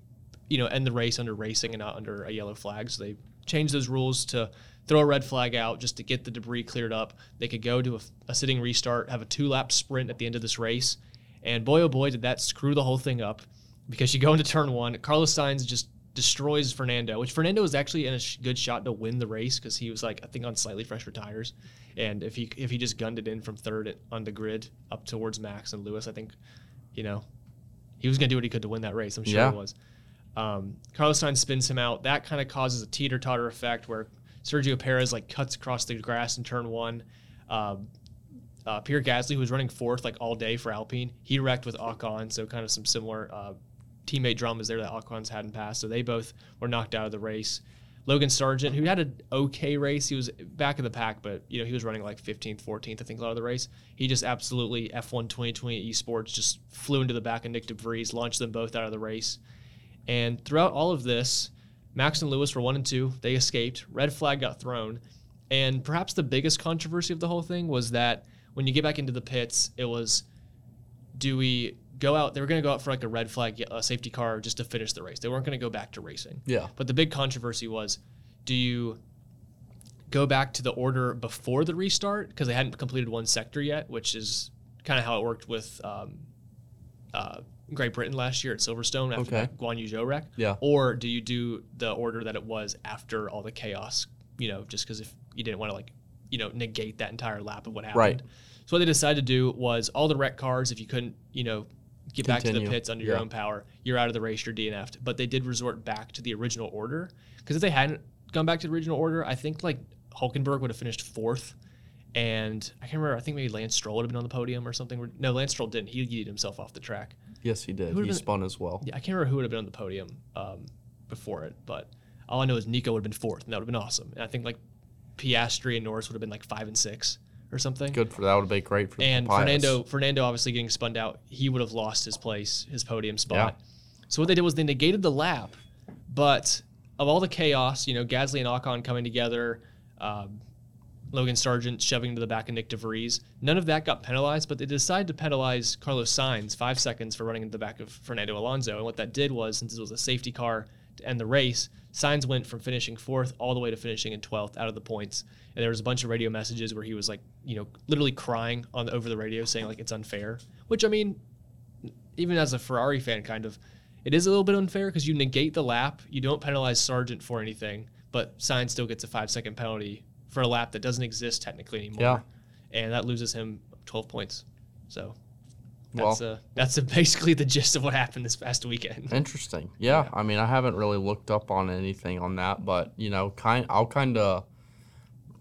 you know, end the race under racing and not under a yellow flag. So they changed those rules to throw a red flag out just to get the debris cleared up. They could go to a, a sitting restart, have a two lap sprint at the end of this race. And boy, oh boy, did that screw the whole thing up because you go into turn one. Carlos Sainz just destroys Fernando, which Fernando was actually in a sh- good shot to win the race because he was like I think on slightly fresher tires, and if he if he just gunned it in from third at- on the grid up towards Max and Lewis, I think, you know, he was gonna do what he could to win that race. I'm sure
Yeah.
he was. Um, Carlos Sainz spins him out. That kind of causes a teeter totter effect where Sergio Perez like cuts across the grass in turn one. Um, uh, Pierre Gasly, who was running fourth like all day for Alpine, he wrecked with Ocon, so kind of some similar uh, teammate dramas there that Ocon's hadn't passed. So they both were knocked out of the race. Logan Sargent, who had an okay race, he was back in the pack, but you know he was running like 15th, 14th, I think, a lot of the race. He just absolutely F1 2020 esports just flew into the back of Nick DeVries, launched them both out of the race. And throughout all of this, Max and Lewis were one and two. They escaped. Red flag got thrown. And perhaps the biggest controversy of the whole thing was that when you get back into the pits, it was do we go out? They were going to go out for like a red flag a safety car just to finish the race. They weren't going to go back to racing.
Yeah.
But the big controversy was do you go back to the order before the restart? Because they hadn't completed one sector yet, which is kind of how it worked with um, uh, Great Britain last year at Silverstone after
Okay.
that Guan Yu Zhou wreck.
Yeah.
Or do you do the order that it was after all the chaos, you know, just because if you didn't want to like, you know, negate that entire lap of what happened.
Right.
So what they decided to do was all the wreck cars, if you couldn't, you know, get back to the
Continue.
pits under your
Yeah.
own power. You're out of the race. You're DNF'd. But they did resort back to the original order because if they hadn't gone back to the original order, I think like Hulkenberg would have finished fourth, and I can't remember. I think maybe Lance Stroll would have been on the podium or something. No, Lance Stroll didn't. He yeeted himself off the track.
Yes, he
Who
did. He
would've been-
spun as well.
Yeah, I can't remember who would have been on the podium um, before it, but all I know is Nico would have been fourth, and that would have been awesome. And I think like Piastri and Norris would have been like five and six or something.
Good for that. Would have been great for
And
Pius.
Fernando, Fernando obviously getting spun out, he would have lost his place, his podium spot. So what they did was they negated the lap, but of all the chaos, you know, Gasly and Ocon coming together, um, Logan Sargent shoving to the back of Nick DeVries, none of that got penalized, but they decided to penalize Carlos Sainz five seconds for running into the back of Fernando Alonso. And what that did was, since it was a safety car to end the race, Sainz went from finishing fourth all the way to finishing in 12th out of the points. And there was a bunch of radio messages where he was like, you know, literally crying on the, over the radio saying like it's unfair, which I mean, even as a Ferrari fan, kind of, it is a little bit unfair because you negate the lap, you don't penalize Sargent for anything, but Sainz still gets a five second penalty for a lap that doesn't exist technically anymore,
Yeah.
and that loses him twelve points. So
Well-
that's uh, that's <laughs> uh, basically the gist of what happened this past weekend.
Interesting. Yeah. I mean, I haven't really looked up on anything on that, but you know, kind I'll kind of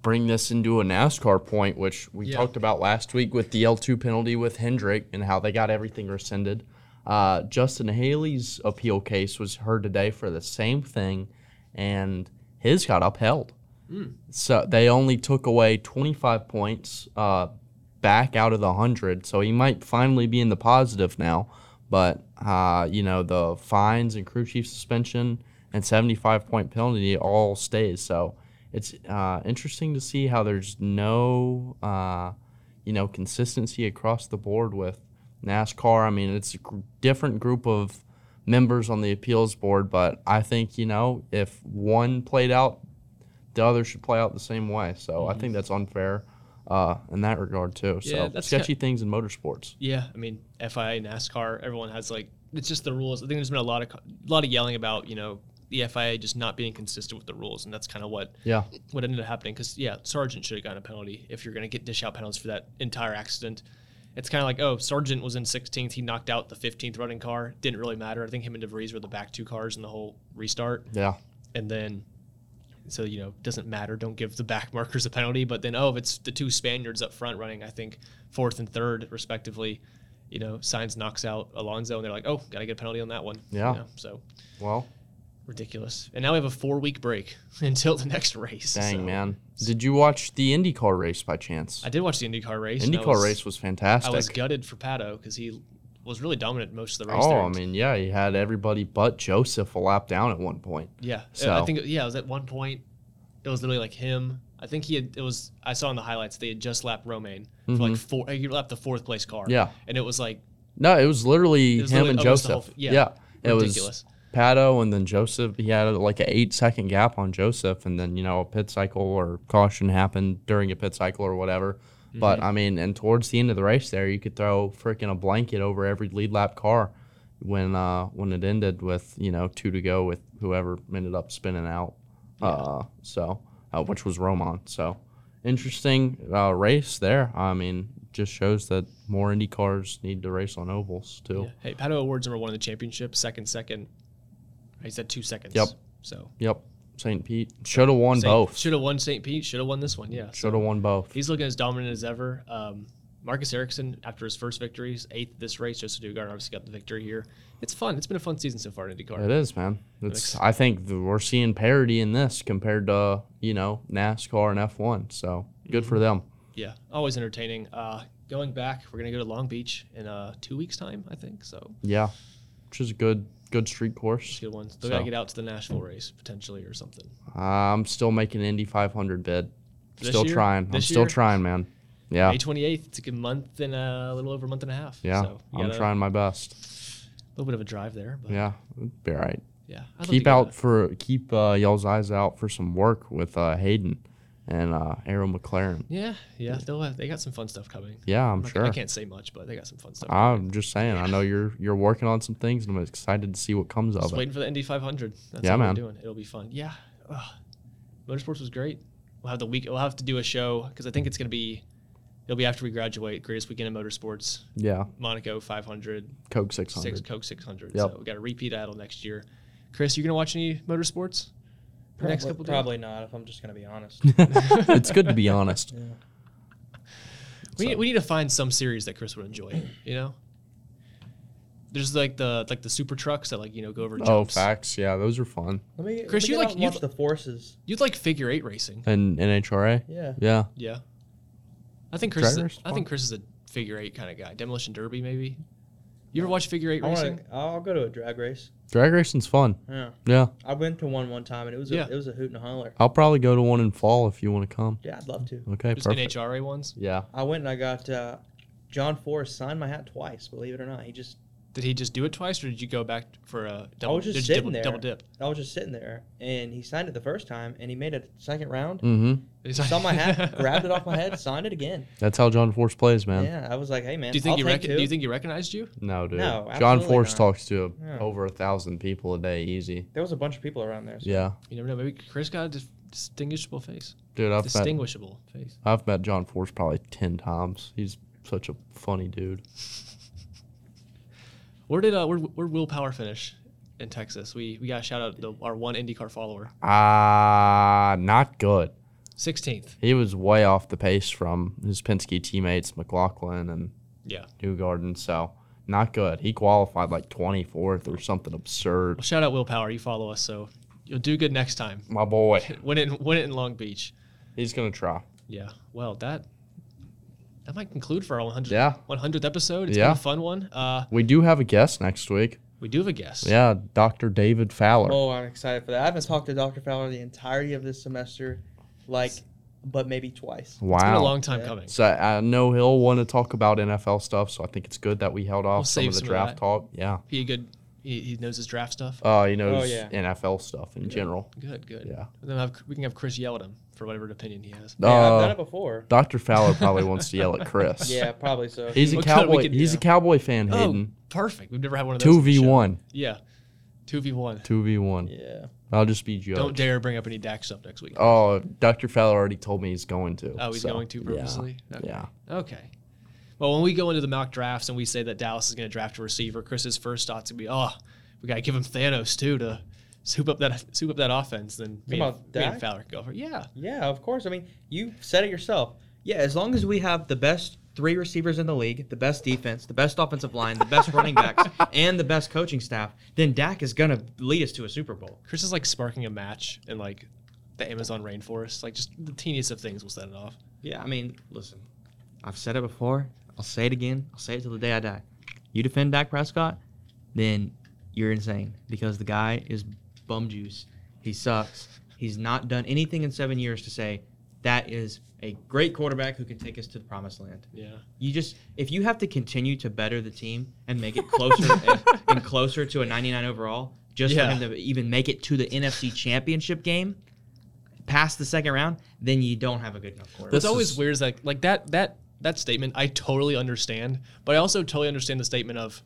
bring this into a NASCAR point, which we
Yeah.
talked about last week with the L2 penalty with Hendrick and how they got everything rescinded. Uh, Justin Haley's appeal case was heard today for the same thing, and his got upheld. So they only took away 25 points uh, back out of the 100. So he might finally be in the positive now. But, uh, you know, the fines and crew chief suspension and 75 point penalty all stays. So it's uh, interesting to see how there's no, uh, you know, consistency across the board with NASCAR. I mean, it's a gr- different group of members on the appeals board, but I think, you know, if one played out the other should play out the same way. So I think that's unfair uh, in that regard too.
Mm-hmm. Yeah,
so
that's
sketchy things in motorsports.
Yeah, I mean FIA, NASCAR, everyone has like it's just the rules. I think there's been a lot of co- a lot of yelling about you know the FIA just not being consistent with the rules, and that's kind of what
Yeah,
what ended up happening because yeah, Sargent should have gotten a penalty if you're going to get dish out penalties for that entire accident. It's kind of like oh, Sargent was in 16th, he knocked out the 15th running car. Didn't really matter. I think him and DeVries were the back two cars in the whole restart,
yeah,
and then. So you know, doesn't matter. Don't give the back markers a penalty. But then, oh, if it's the two Spaniards up front running, I think fourth and third respectively, you know, Signs knocks out Alonso, and they're like, oh, gotta get a penalty on that one. You
Yeah.
know, so
well,
ridiculous. And now we have a four week break <laughs> until the next race.
dang
so-
man, did you watch the IndyCar race by chance?
I did watch the IndyCar race. and I
IndyCar
was-
race was
I
fantastic.
was gutted for Pato because he was really dominant most of the race.
oh,
there.
I mean, yeah, he had everybody but Joseph a lap down at one point.
yeah. I
so-
think yeah, it was at one point. It was literally like him. I think he had. It was. I saw in the highlights they had just lapped Romaine for like four. He lapped the fourth place car.
Mm-hmm. Yeah.
and it was like
No, it was literally
It was
him
literally
and
almost the whole
Joseph.
f- yeah.
yeah. it
Ridiculous.
was Pato and then Joseph. He had like an eight second gap on Joseph, and then you know a pit cycle or caution happened during a pit cycle or whatever. But I mean, and towards the end of the race, there you could throw freaking a blanket over every lead lap car when uh when it ended with you know two to go with whoever ended up spinning out. Uh, so uh, which was Roman. So interesting uh, race there. I mean, just shows that more Indy cars need to race on ovals too.
yeah. hey, Pato awards number one in the championship. Second, second. He said two seconds.
Yep.
So
Yep. St. Pete should have won both.
should have won St. Pete. Should have won this one. Yeah.
Should have won both.
He's looking as dominant as ever. Um, Marcus Erickson, after his first victories, eighth at this race, Joseph Dugard obviously got the victory here. It's fun. It's been a fun season so far in IndyCar.
It is, man. It's. I think th- we're seeing parity in this compared to you know NASCAR and F one. So good for
Mm-hmm.
them.
Yeah, always entertaining. Uh, going back, we're gonna go to Long Beach in uh, two weeks' time, I think. So
Yeah, which is a good good street
it's
course.
a good one. Still gotta
So-
get out to the Nashville race potentially or something.
I'm still making Indy 500 bid.
This
still
year?
trying. I'm
This
still
year?
trying, man. Yeah,
May twenty eighth. It's a good month and uh, a little over a month and a half.
yeah.
so you
I'm
got
trying my best.
A little bit of a drive there, but yeah.
Yeah, it'd be all right.
I'd love to
keep
go
out
to-
for keep uh, y'all's eyes out for some work with uh, Hayden and uh, Arrow McLaren.
Yeah, yeah. They'll have, they got some fun stuff coming.
Yeah, I'm
Like,
sure.
I can't say much, but they got some fun stuff.
I'm just saying. I know you're you're working on some things, and I'm excited to see what comes of
Just
it.
waiting for the ND 500. That's
Yeah,
what
man.
we're doing. It'll be fun. Yeah. Ugh. Motorsports was great. We'll have the week. We'll have to do a show because I think it's going to be It'll be after we graduate. Greatest weekend in motorsports.
Yeah,
Monaco 500,
Coke
six
600.
Coke 600.
Yep.
So we got a repeat idol next year. Chris, you gonna watch any motorsports? The
Probably,
next couple days?
probably not, if I'm just going to be honest.
<laughs> Hmm. it's good to be honest.
yeah.
We,
So-
need, we need to find some series that Chris would enjoy. You know, there's like the like the super trucks that like you know go over jumps.
Oh, facts. Yeah, those are fun.
Let me,
Chris, you
let me get
like-
out and
you-
watch the forces.
You'd like figure eight racing.
And NHRA.
Yeah.
Yeah.
Yeah, I think Chris. Is a,
Drivers?
I think Chris is a figure eight kind of guy. Demolition Derby, maybe. You ever watch figure eight
I
racing?
wanna, I'll go to a drag race.
Drag racing's fun.
Yeah.
Yeah.
I went to one one time and it was a,
Yeah.
it was a hoot and a holler.
I'll probably go to one in fall if you want to come.
Yeah, I'd love to.
Okay,
Just
perfect.
NHRA ones.
Yeah.
I went and I got uh, John Forrest signed my hat twice. Believe it or not, he just
Did he just do it twice, or did you go back for a double?
just
did you
sitting
double,
there.
double dip. <laughs>
I was just sitting there and he signed it the first time and he made it second round.
Mm-hmm.
He's
He
like-
saw my
<laughs>
hat, grabbed it off my head, signed it again.
That's how John Force plays, man.
Yeah, I was like, hey man,
Do you think
I'll
you
take
reckon? Do you
two.
think he recognized you?
No, dude.
No,
John
absolutely
Force
not.
talks to
Yeah.
over a thousand people a day, easy.
There was a bunch of people around there. So
Yeah,
You never know. Maybe Chris got a dis- distinguishable face.
dude. I've met
Distinguishable face.
I've met John Force probably ten times. He's such a funny dude.
Where did uh, where where willpower finish in Texas? We we got to shout out the, our one IndyCar follower,
Ah, not good.
sixteenth.
He was way off the pace from his Penske teammates McLaughlin and
Yeah.
Newgarden, so not good. He qualified like twenty fourth or something absurd.
Well, shout out willpower. You follow us, so you'll do good next time. <laughs>
My boy,
Win it, win it in Long Beach.
he's gonna try.
Yeah. Well, that that might conclude for our 100th,
Yeah.
100th episode. It's
Yeah.
been a fun one. Uh,
We do have a guest next week.
we do have a guest.
Yeah, Dr. David Fowler.
Oh, I'm excited for that. I haven't talked to Dr. Fowler the entirety of this semester, like, but maybe twice.
wow.
It's been a long time
Yeah.
coming.
So I know he'll want to talk about NFL stuff, so I think it's good that we held off
We'll
some
save
of the
some of
draft
that.
talk. Yeah.
He a good. He, he knows his draft stuff.
Uh, he
Oh,
knows
yeah.
NFL stuff in general.
Good. Good.
Yeah.
And then have, we can have Chris yell at him for whatever opinion he has.
Yeah, I've done
Uh,
it before.
Dr. Fowler probably wants to yell
<laughs>
at Chris.
Yeah, probably so.
He's a
Well, could- we
cowboy.
could-
he's a
yeah.
cowboy fan,
Oh,
Hayden.
perfect. We've never had one of those.
Two
on the
v
show.
one.
Yeah. Two v one.
Two v one. <laughs>
yeah.
I'll just be judge.
Don't dare bring up any Dax stuff next week.
Oh, Dr. Fowler already told me he's going to.
Oh, he's
so,
going to
yeah.
purposely. Okay.
Yeah.
Okay. Well, when we go into the mock drafts and we say that Dallas is going to draft a receiver, Chris's first thought's gonna be, "Oh, we got to give him Thanos too to soup up that soup up that offense." Then me, and,
about
me and
Dak?
Fowler can go for it. yeah.
Yeah, of course. I mean, you said it yourself. Yeah, as long as we have the best three receivers in the league, the best defense, the best offensive line, the best running <laughs> backs, and the best coaching staff, then Dak is going to lead us to a Super Bowl.
Chris is like sparking a match in like the Amazon rainforest, like just the teeniest of things will set it off.
Yeah, I mean, listen, I've said it before. I'll say it again. I'll say it till the day I die. You defend Dak Prescott, then you're insane because the guy is bum juice. He sucks. He's not done anything in seven years to say that is a great quarterback who can take us to the promised land.
Yeah.
You just, if you have to continue to better the team and make it closer
<laughs>
and, and closer to a 99 overall, just
Yeah.
for him to even make it to the NFC Championship game, past the second round, then you don't have a good enough quarterback.
What's always
<laughs>
weird is like like that that that statement I totally understand, but I also totally understand the statement of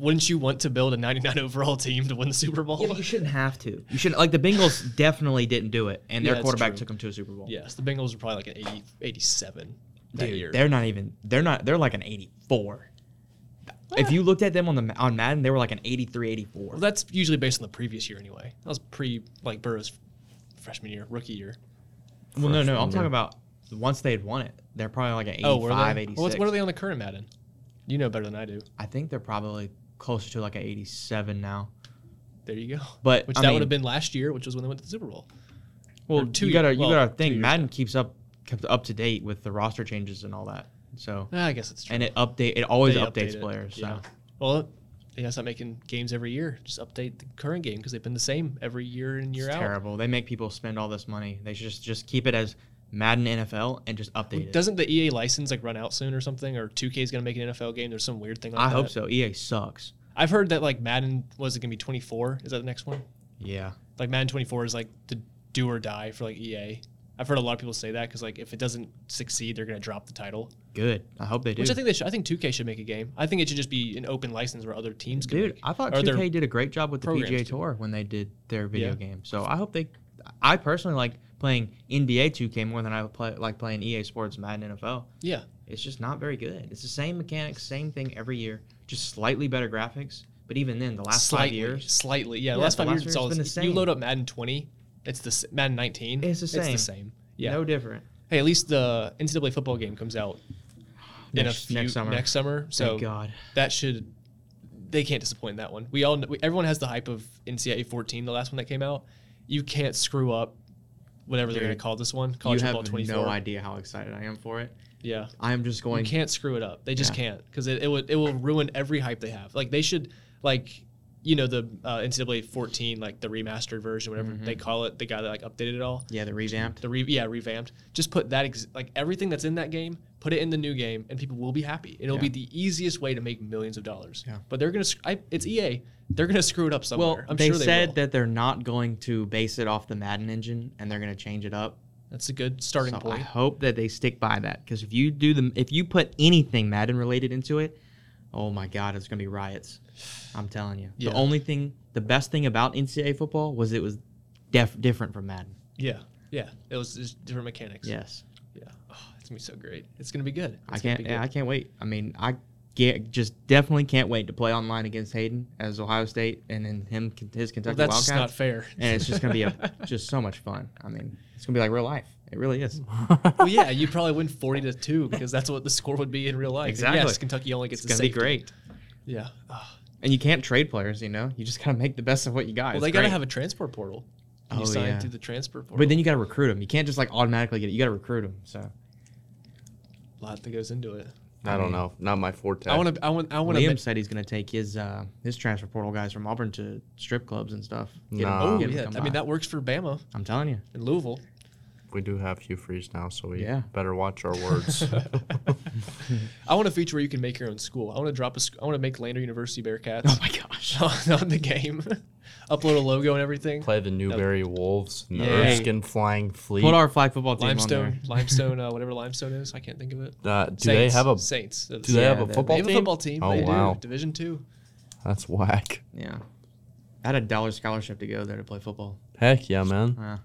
wouldn't you want to build a 99 overall team to win the Super Bowl?
Yeah, but you shouldn't have to. You shouldn't. Like the Bengals definitely didn't do it, and
Yeah,
their
that's
quarterback
true.
took them to a Super Bowl.
<laughs> Yes, the Bengals were probably like an 80, 87 that
Dude,
year.
they're not even. They're not. They're like an 84. If you looked at them on the on Madden, they were like an 83, 84.
Well, that's usually based on the previous year anyway. That was pre like Burrow's freshman year, rookie year.
well, no, no, I'm
freshman
talking
year.
about once they had won it. They're probably like an 85,
Oh, were they?
86.
Well, what's- what are they on the current Madden? You know better than I do.
I think they're probably closer to like an 87 now.
There you go.
But
Which
I
that
mean,
would have been last year, which was when they went to the Super Bowl.
Well,
or two
you gotta
years-
you
well,
gotta
two
think
years
Madden keeps up kept up to date with the roster changes and all that. So
Ah, I guess it's true.
and it update it always
They update
updates
it,
players. So.
yeah. Well, they gotta stop making games every year. Just update the current game because they've been the same every year and year
it's
out.
terrible. They make people spend all this money. They should just just keep it as Madden NFL and just update it.
Doesn't the EA license like run out soon or something? Or 2K is gonna make an NFL game? There's some weird thing. Like
I hope
that.
so. EA sucks.
I've heard that like Madden was it gonna be 24? Is that the next one?
Yeah.
like Madden 24 is like the do or die for like EA. I've heard a lot of people say that because like if it doesn't succeed, they're gonna drop the title.
Good. I hope they do.
Which I think they should. I think 2K should make a game. I think it should just be an open license where other teams can.
Dude,
make.
I thought
Or
2K
their
did a great job with the
programs
PGA
do.
Tour when they did their video
Yeah.
game. So I hope they
I personally like playing NBA 2K more than I play like playing EA Sports Madden NFL.
Yeah.
It's just not very good. It's the same mechanics, same thing every year, just slightly better graphics. But even then, the last
slightly,
five years,
Slightly. Yeah, the
Yeah,
last
the
five
last
years,
year
it's
it's
all
been the
You
same.
load up Madden 20, it's the s- Madden 19.
It's the
It's the
same.
same. Yeah.
no different.
Hey, at least the NCAA football game comes out in a
Next-
few,
next summer.
Next summer. So
Thank God.
that should they can't disappoint that one. We all we, everyone has the hype of NCAA 14, the last one that came out. You can't screw up whatever they're
Dude,
going to call this one.
You
College football
have
24.
no idea how excited I am for it.
Yeah.
I am just
You
going.
can't screw it up. They just
Yeah.
can't because it, it would it will ruin every hype they have. Like they should like you know the uh, NCAA 14 like the remastered version whatever
Mm-hmm.
they call it the guy that like updated it all
Yeah, the revamped.
the re- yeah revamped just put that ex- like everything that's in that game put it in the new game and people will be happy it'll be
Yeah.
the easiest way to make millions of dollars
Yeah.
but they're gonna sc- I, it's ea they're gonna screw it up somewhere
Well,
i'm
they
sure they
said
will.
that they're not going to base it off the Madden engine, and they're going to change it up.
that's a good starting
So I
point
hope that they stick by that because if you do them, if you put anything Madden related into it, oh my God, it's gonna be riots. I'm telling you.
Yeah.
The only thing, the best thing about NCAA football was it was def- different from Madden.
yeah yeah it was just different mechanics
Yes,
yeah oh, it's gonna be so great it's gonna be good It's
I
gonna
can't.
be
Yeah, I
good.
can't wait. I mean, I get just definitely can't wait to play online against Hayden as Ohio State, and then him his
well,
Kentucky
that's just not
Wildcats,
fair
and it's just gonna be a, <laughs> just so much fun. I mean, it's gonna be like real life. It really is.
<laughs> well yeah you probably win 40 to 2 because that's what the score would be in real life And
Exactly.
yes kentucky only gets
It's
a
gonna be
safety.
great.
yeah oh,
And you can't trade players, you know. You just gotta make the best of what you got.
well
It's
they gotta
great.
have a transport portal you
Oh,
sign
yeah.
through the transport portal
But then you got to recruit them. You can't just like automatically get it. You got to recruit them. So
a lot that goes into it
I don't know. Not my forte.
I want to. I want. I want
Liam
to.
said he's going to take his uh, his transfer portal guys from Auburn to strip clubs and stuff. Get 'em-
Nah.
Oh
get 'em to
yeah.
come
I mean
by.
that works for Bama
I'm telling you.
and Louisville.
we do have Hugh Freeze now, so we
Yeah.
better
<laughs>
watch our words.
I want a feature where you can make your own school. I want to drop a. Sc- I want to make Lander University Bearcats
<laughs> Oh my gosh.
<laughs> on, on the game. <laughs> Upload a logo and everything.
Play the Newberry Wolves and the
Yay.
Erskine Flying Fleet.
Put our flag football team on
Limestone.
there. <laughs>
limestone. Uh, whatever limestone is. I can't think of it.
uh, do
Saints,
they have a
Saints?
Do they have
Yeah,
a
they-
They
football
have a
team?
football team.
Oh
they
wow,
do. Division two.
that's whack.
Yeah. I had a dollar scholarship to go there to play football.
Heck yeah, man.
Uh,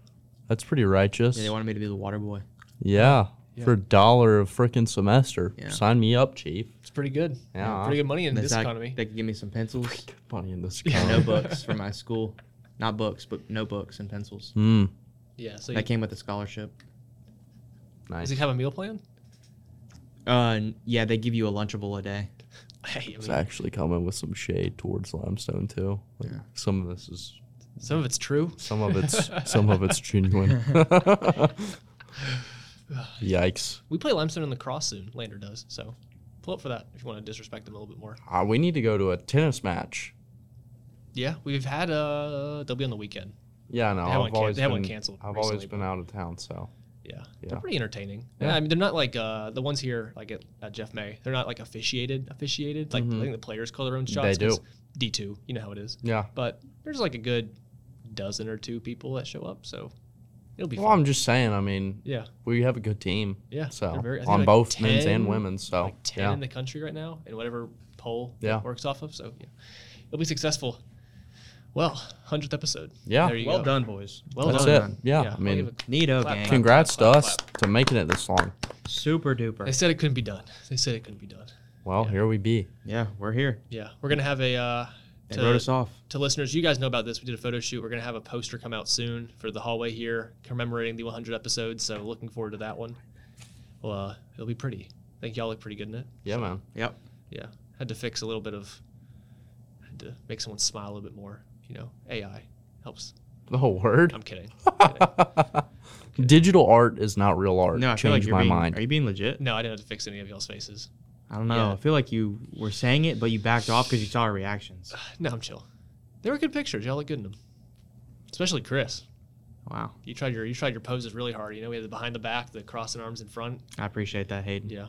That's pretty righteous.
yeah, they wanted me to be the water boy.
Yeah,
Yeah.
for a dollar a freaking semester.
Yeah.
Sign me up, chief.
It's pretty good.
Yeah.
Pretty good money in
And
this
that's how
economy.
They could give me some pencils,
Money in
<laughs>
this
and
economy.
no books for my school. Not books, but notebooks and pencils.
Mm,
yeah. So you,
That came with the scholarship.
nice.
does he have a meal plan?
Uh, n- yeah, they give you a lunchable a day.
Hey, I
It's
mean,
actually coming with some shade towards limestone too. Like, Some of this is,
some of it's true.
some of it's,
<laughs>
some of it's genuine. Yikes!
We play limestone in the cross soon. Lander does. So pull up for that if you want to disrespect them a little bit more.
Uh, we need to go to a tennis match.
Yeah, we've had uh they'll be on the weekend.
Yeah, no,
They had one
I've
can-
always
they had one
been,
canceled
I've
recently,
always been out of town, so
Yeah.
Yeah.
They're pretty entertaining.
Yeah.
I mean they're not like uh the ones here like at, at Jeff May. They're not like officiated officiated. Like
Mhm.
I think the players call their own shots.
do.
D two, you know how it is.
yeah.
But there's like a good dozen or two people that show up, so it'll be
Well,
fun.
I'm just saying. I mean,
Yeah.
we have a good team.
Yeah,
So
they're very- I think
on
like
both men's
10,
and women's, so
like ten
yeah.
in the country right now and whatever poll it
Yeah.
works off of. So yeah. It'll be successful. Well, hundredth episode.
Yeah.
There you
Well
go.
done, boys.
Well
That's
done.
it. Yeah, I
I'll
mean,
give a-
Neato
Clap,
gang.
clap.
Congrats to
clap,
us to making it this long.
Super duper.
They said it couldn't be done. They said it couldn't be done.
Well, here we be.
Yeah, we're here.
Yeah, we're gonna have a uh,
They
to,
wrote us off.
to listeners. You guys know about this. We did a photo shoot. We're gonna have a poster come out soon for the hallway here, commemorating the 100 episodes. So looking forward to that one. Well, uh, it'll be pretty. I think y'all look pretty good in it.
Yeah, man.
Yep.
Yeah, had to fix a little bit of, had to make someone smile a little bit more. You know, AI helps.
The
<laughs>
whole word.
I'm kidding.
<laughs> Digital art is not real art.
No, I
Changed
feel like you're
my
being,
mind.
Are you being legit?
No, I didn't have to fix any of y'all's faces.
I don't know.
Yeah.
I feel like you were saying it, but you backed off because you saw our reactions.
<sighs> No, I'm chill. They were good pictures. Y'all look good in them, especially Chris.
Wow.
You tried your you tried your poses really hard. You know, we had the behind the back, the crossing arms in front.
I appreciate that, Hayden.
Yeah,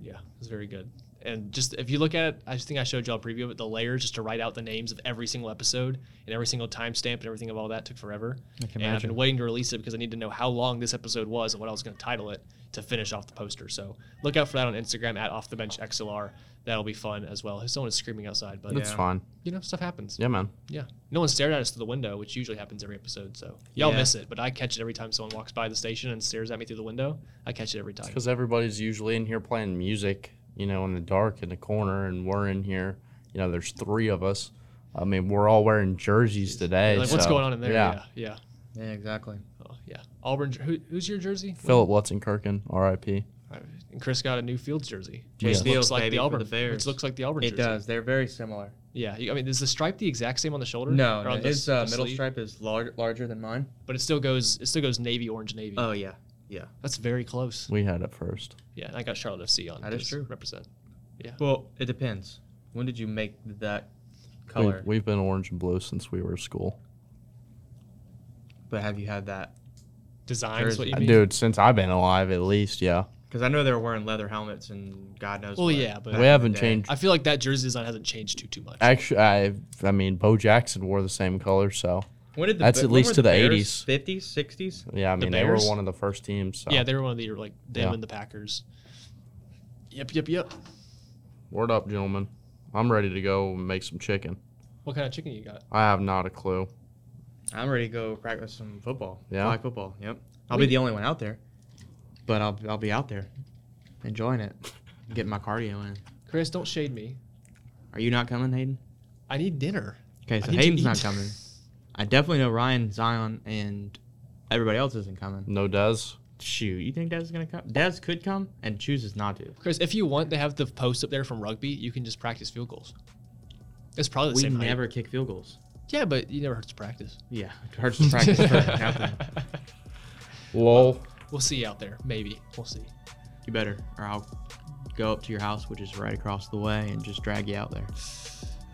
yeah, it was very good. And just if you look at it, I just think I showed y'all a preview of it. The layers just to write out the names of every single episode and every single timestamp and everything of all that took forever.
I can
and I've
imagine.
been waiting to release it because I need to know how long this episode was and what I was going to title it to finish off the poster. So look out for that on Instagram at off the bench XLR. that'll be fun as well. Someone is screaming outside, but
That's
Yeah.
fine.
you know, stuff happens.
Yeah, man.
Yeah. No one stared at us through the window, which usually happens every episode. So y'all
Yeah.
miss it, but I catch it every time someone walks by the station and stares at me through the window. I catch it every time.
Because everybody's usually in here playing music, you know, in the dark in the corner, and we're in here. You know, there's three of us. I mean, we're all wearing jerseys today.
You're like, what's
so,
going on in there?
Yeah.
Yeah. Yeah.
Yeah, exactly.
Oh, yeah. Auburn, who, who's your jersey?
Philip Lutzenkirchen, R.I.P.
And Chris got a new Fields jersey.
Chase
which looks
Fields,
like
baby,
the
for
Auburn.
the Bears.
Which looks like the Auburn
It
jersey.
does. They're very similar.
Yeah. You- I mean, is the stripe the exact same on the shoulder?
No,
Or
no
on the s-
his uh,
the
middle
sleeve?
stripe is lar- larger than mine.
But it still goes. It still goes navy, orange, navy.
Uh.
Oh yeah,
That's very close.
We had it first.
Yeah, and I got Charlotte FC on.
That is
just
true.
Represent.
Well, it depends.
When did you make that
We,
color?
we've been orange and blue since we were at school.
But have you had that?
Design is what you
Uh,
mean.
Dude, since I've been alive, at least, yeah.
Because I know they were wearing leather helmets and God knows.
Well,
what
yeah, but-
back
we
in
haven't
the day.
changed.
I feel like that jersey design hasn't changed too too much.
Actually, I, I mean, Bo Jackson wore the same color, so
When did the
That's
Be-
at
when
least
were
to the
Bears
80s.
50s, 60s.
yeah, I
The
mean, they were
Bears?
one of the first teams. So.
Yeah, they were one of the like them
Yeah.
and the Packers. Yep, yep, yep.
Word up, gentlemen. I'm ready to go and make some chicken.
What kind of chicken you got?
I have not a clue.
I'm ready to go practice some football.
Yeah.
flag football. Yep. I'll
We-
be the only one out there, but I'll I'll be out there, enjoying it, getting my cardio in.
Chris, don't shade me.
Are you not coming, Hayden?
I need dinner.
Okay,
I
so
need to
Hayden's not
eat.
coming. I definitely know Ryan, Zion, and everybody else isn't coming.
No does.
Shoot, you think Dez is gonna come? Dez could come and chooses not to.
<laughs> Chris, if you want, they have the post up there from rugby. You can just practice field goals. It's probably the
We
same. height.
never kick field goals.
Yeah, but you never hurts to practice.
Yeah, it hurts to
<laughs>
practice for nothing.
Lol.
We'll see you out there. Maybe we'll see.
You better, or I'll go up to your house, which is right across the way, and just drag you out there.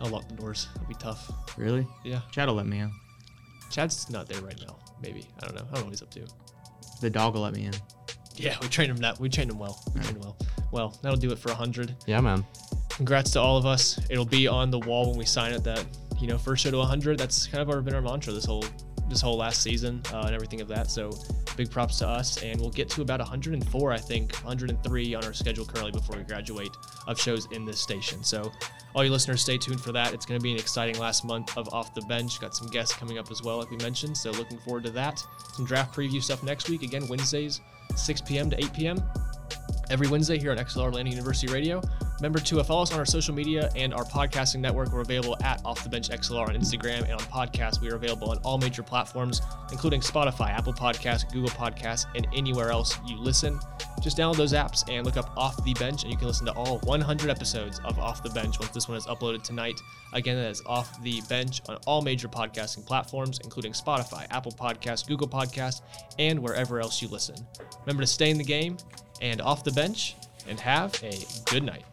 I'll lock the doors. It'll be tough.
Really?
Yeah.
Chad'll let me in.
Chad's not there right now. Maybe I don't know. I don't know what he's up to.
The dog will let me in.
Yeah, we trained him that. We trained him well. We trained him well. Well, that'll do it for hundred.
Yeah, man.
congrats to all of us. It'll be on the wall when we sign it that, you know, first show to 100. That's kind of our, been our mantra this whole this whole last season uh, and everything of that. So big props to us. And we'll get to about 104, I think, 103 on our schedule currently before we graduate of shows in this station. So all you listeners, stay tuned for that. It's going to be an exciting last month of Off the Bench. Got some guests coming up as well, like we mentioned. So looking forward to that. Some draft preview stuff next week. Again, Wednesdays, 6 p.m. to 8 p.m every Wednesday here on XLR Landing University Radio. Remember to uh, follow us on our social media and our podcasting network. We're available at Off the Bench XLR on Instagram and on podcast. We are available on all major platforms, including Spotify, Apple Podcasts, Google Podcasts, and anywhere else you listen. Just download those apps and look up Off the Bench, and you can listen to all 100 episodes of Off the Bench once this one is uploaded tonight. Again, that is Off the Bench on all major podcasting platforms, including Spotify, Apple Podcasts, Google Podcasts, and wherever else you listen. Remember to stay in the game and off the bench and have a good night.